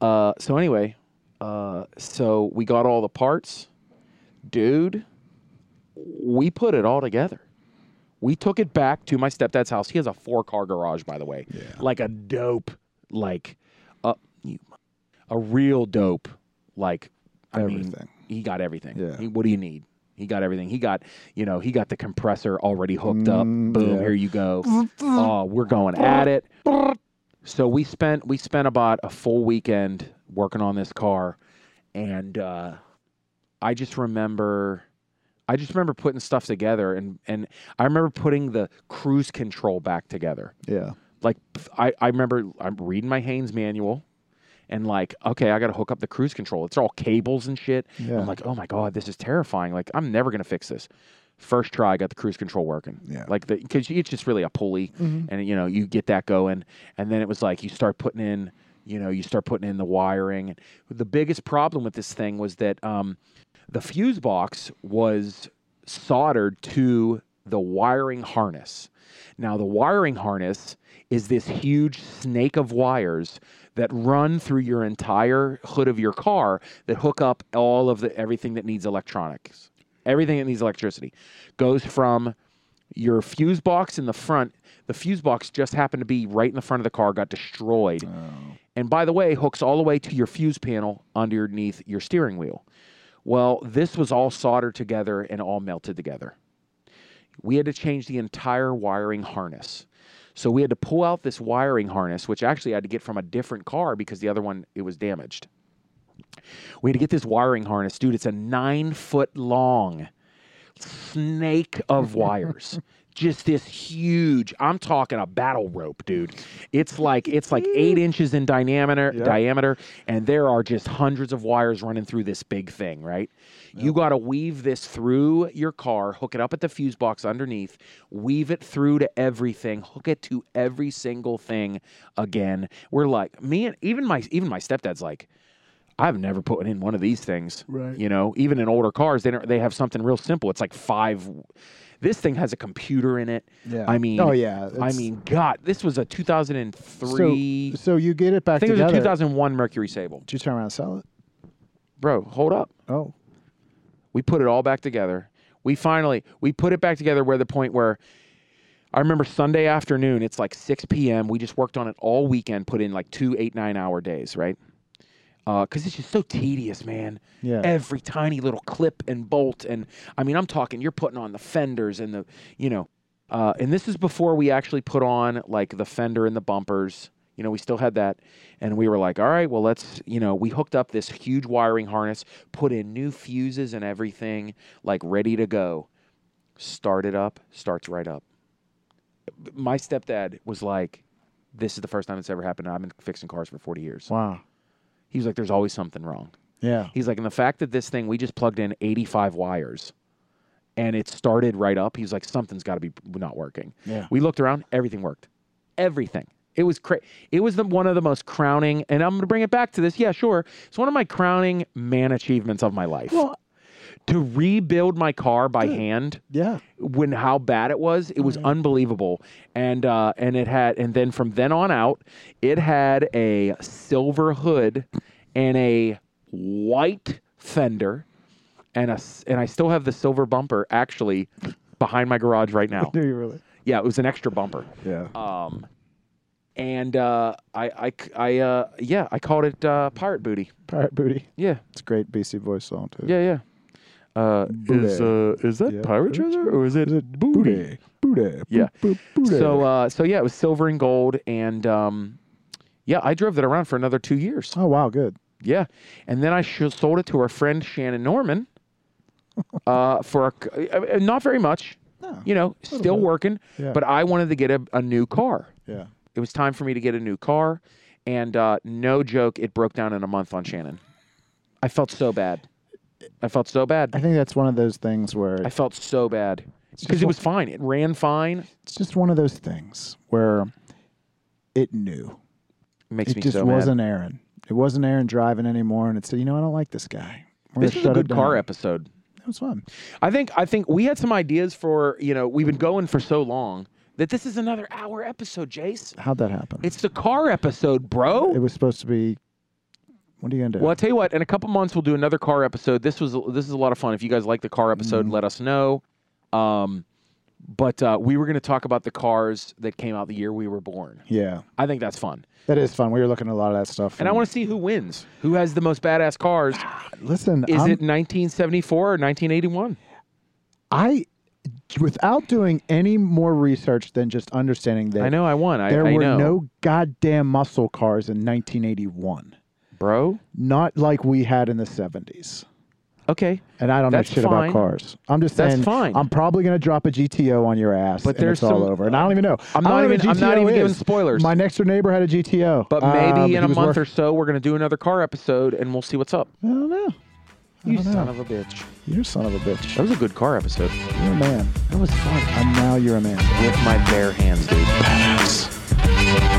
Uh, so anyway, uh, so we got all the parts, dude. We put it all together. We took it back to my stepdad's house. He has a four-car garage, by the way, Yeah. like a dope, like uh, you- a real dope, like I mean, Everything. he got everything. Yeah. He- what do you need? He got everything. He got, you know, he got the compressor already hooked up. Mm, Uh, Boom, yeah. here you go. oh, we're going at it. So we spent we spent about a full weekend working on this car, and uh, I just remember, I just remember putting stuff together, and and I remember putting the cruise control back together. Yeah. Like I I remember I'm reading my Haynes manual, and like, okay, I got to hook up the cruise control. It's all cables and shit. Yeah. I'm like, oh my god, this is terrifying. Like, I'm never gonna fix this. First try, I got the cruise control working. Yeah. Like the because it's just really a pulley, and you know you get that going, and then it was like you start putting in, you know, you start putting in the wiring. The biggest problem with this thing was that um, the fuse box was soldered to the wiring harness. Now, the wiring harness is this huge snake of wires that run through your entire hood of your car that hook up all of the everything that needs electronics. Everything that needs electricity goes from your fuse box in the front. The fuse box just happened to be right in the front of the car, got destroyed. And by the way, hooks all the way to your fuse panel underneath your steering wheel. Well, this was all soldered together and all melted together we had to change the entire wiring harness. So we had to pull out this wiring harness, which actually I had to get from a different car because the other one it was damaged. We had to get this wiring harness, dude. It's a nine foot long snake of wires. Just this huge. I'm talking a battle rope, dude. It's like it's like eight inches in diameter, diameter, and there are just hundreds of wires running through this big thing, right? You got to weave this through your car, hook it up at the fuse box underneath, weave it through to everything, hook it to every single thing again. We're like me and even my even my stepdad's like, I've never put in one of these things. Right. You know, even in older cars, they don't, they have something real simple. It's like five. This thing has a computer in it. Yeah. I mean. Oh, yeah, I it's- mean, God, this was a 2003. So, so you get I it back think it was together. a 2001 Mercury Sable. Did you turn around and sell it? Bro, hold up. Oh, We put it all back together. We finally we put it back together where the point where I remember Sunday afternoon, it's like 6 p.m. We just worked on it all weekend, put in like two eight, nine hour days, right? Because it's just so tedious, man. Yeah. Every tiny little clip and bolt. And I mean, I'm talking, you're putting on the fenders and the, you know, uh, and this is before we actually put on like the fender and the bumpers. You know, we still had that. And we were like, all right, well, let's, you know, we hooked up this huge wiring harness, put in new fuses and everything, like ready to go. Start it up, starts right up my stepdad was like, "This is the first time it's ever happened. I've been fixing cars for 40 years." wow. He was like, "There's always something wrong." Yeah. He's like, "And the fact that this thing we just plugged in 85 wires, and it started right up." He's like, "Something's got to be not working." Yeah. We looked around. Everything worked. Everything. It was cra- It was the, one of the most crowning, and I'm gonna bring it back to this. Yeah, sure. It's one of my crowning man achievements of my life. Well- to rebuild my car by hand Yeah. when how bad it was it was unbelievable and uh and it had and then from then on out it had a silver hood and a white fender and a s- and I still have the silver bumper actually behind my garage right now Do you really? yeah it was an extra bumper Yeah. um and uh I I c- I, uh yeah I called it uh pirate booty Pirate booty. yeah It's a great BC voice song too. yeah yeah uh is uh is that Yeah. pirate treasure or is it Is it booty? Booty. Yeah. Boop, boop, booty. So uh, so yeah, it was silver and gold, and um, yeah, I drove that around for another two years. oh wow, good. Yeah, and then I sh- sold it to our friend Shannon Norman uh, for a c- uh, uh, not very much. No. You know, still Ah, bit. working, Yeah. but I wanted to get a, a new car. Yeah. It was time for me to get a new car, and uh, no joke, it broke down in a month on Shannon. I felt so bad. I felt so I bad. think that's one of those things where I felt so bad because just it one- was fine. It ran fine. it's just one of those things where it knew. It makes It me just so mad. wasn't Aaron. It wasn't Aaron driving anymore, and it said, you know, I don't like this guy. We're This gonna is a shut it good car down." episode. That was fun. I think I think we had some ideas for you know we've been going for so long that this is another hour episode, Jace. How'd that happen? It's the car episode, bro. it was supposed to be. What are you gonna do? Well, I'll tell you what. In a couple months, we'll do another car episode. This was this is a lot of fun. If you guys like the car episode, Mm-hmm. let us know. Um, but uh, we were going to talk about the cars that came out the year we were born. Yeah, I think that's fun, that is fun. We were looking at a lot of that stuff. and I want to see who wins. Who has the most badass cars? to listen. Is I'm- it 1974 or 1981? I, without doing any more research than just understanding that I know I won. I, there I were know, no goddamn muscle cars in 1981. bro. Not like we had in the 70s. Okay. And I don't That's know shit fine. about cars. I'm just That's saying. fine. I'm probably gonna drop a GTO on your ass, But and there's it's all some- over. And I don't even know. I'm not I don't know what even- a I'm not GTO even giving is. spoilers. My next door neighbor had a GTO, But Um, maybe in he a was month worth- or so, we're going to do another car episode and we'll see what's up. I don't know. You don't know. son of a bitch. You're a son of a That bitch. was a good car episode. You're a man, That was fun. and now you're a man. With my bare hands, dude. Badass.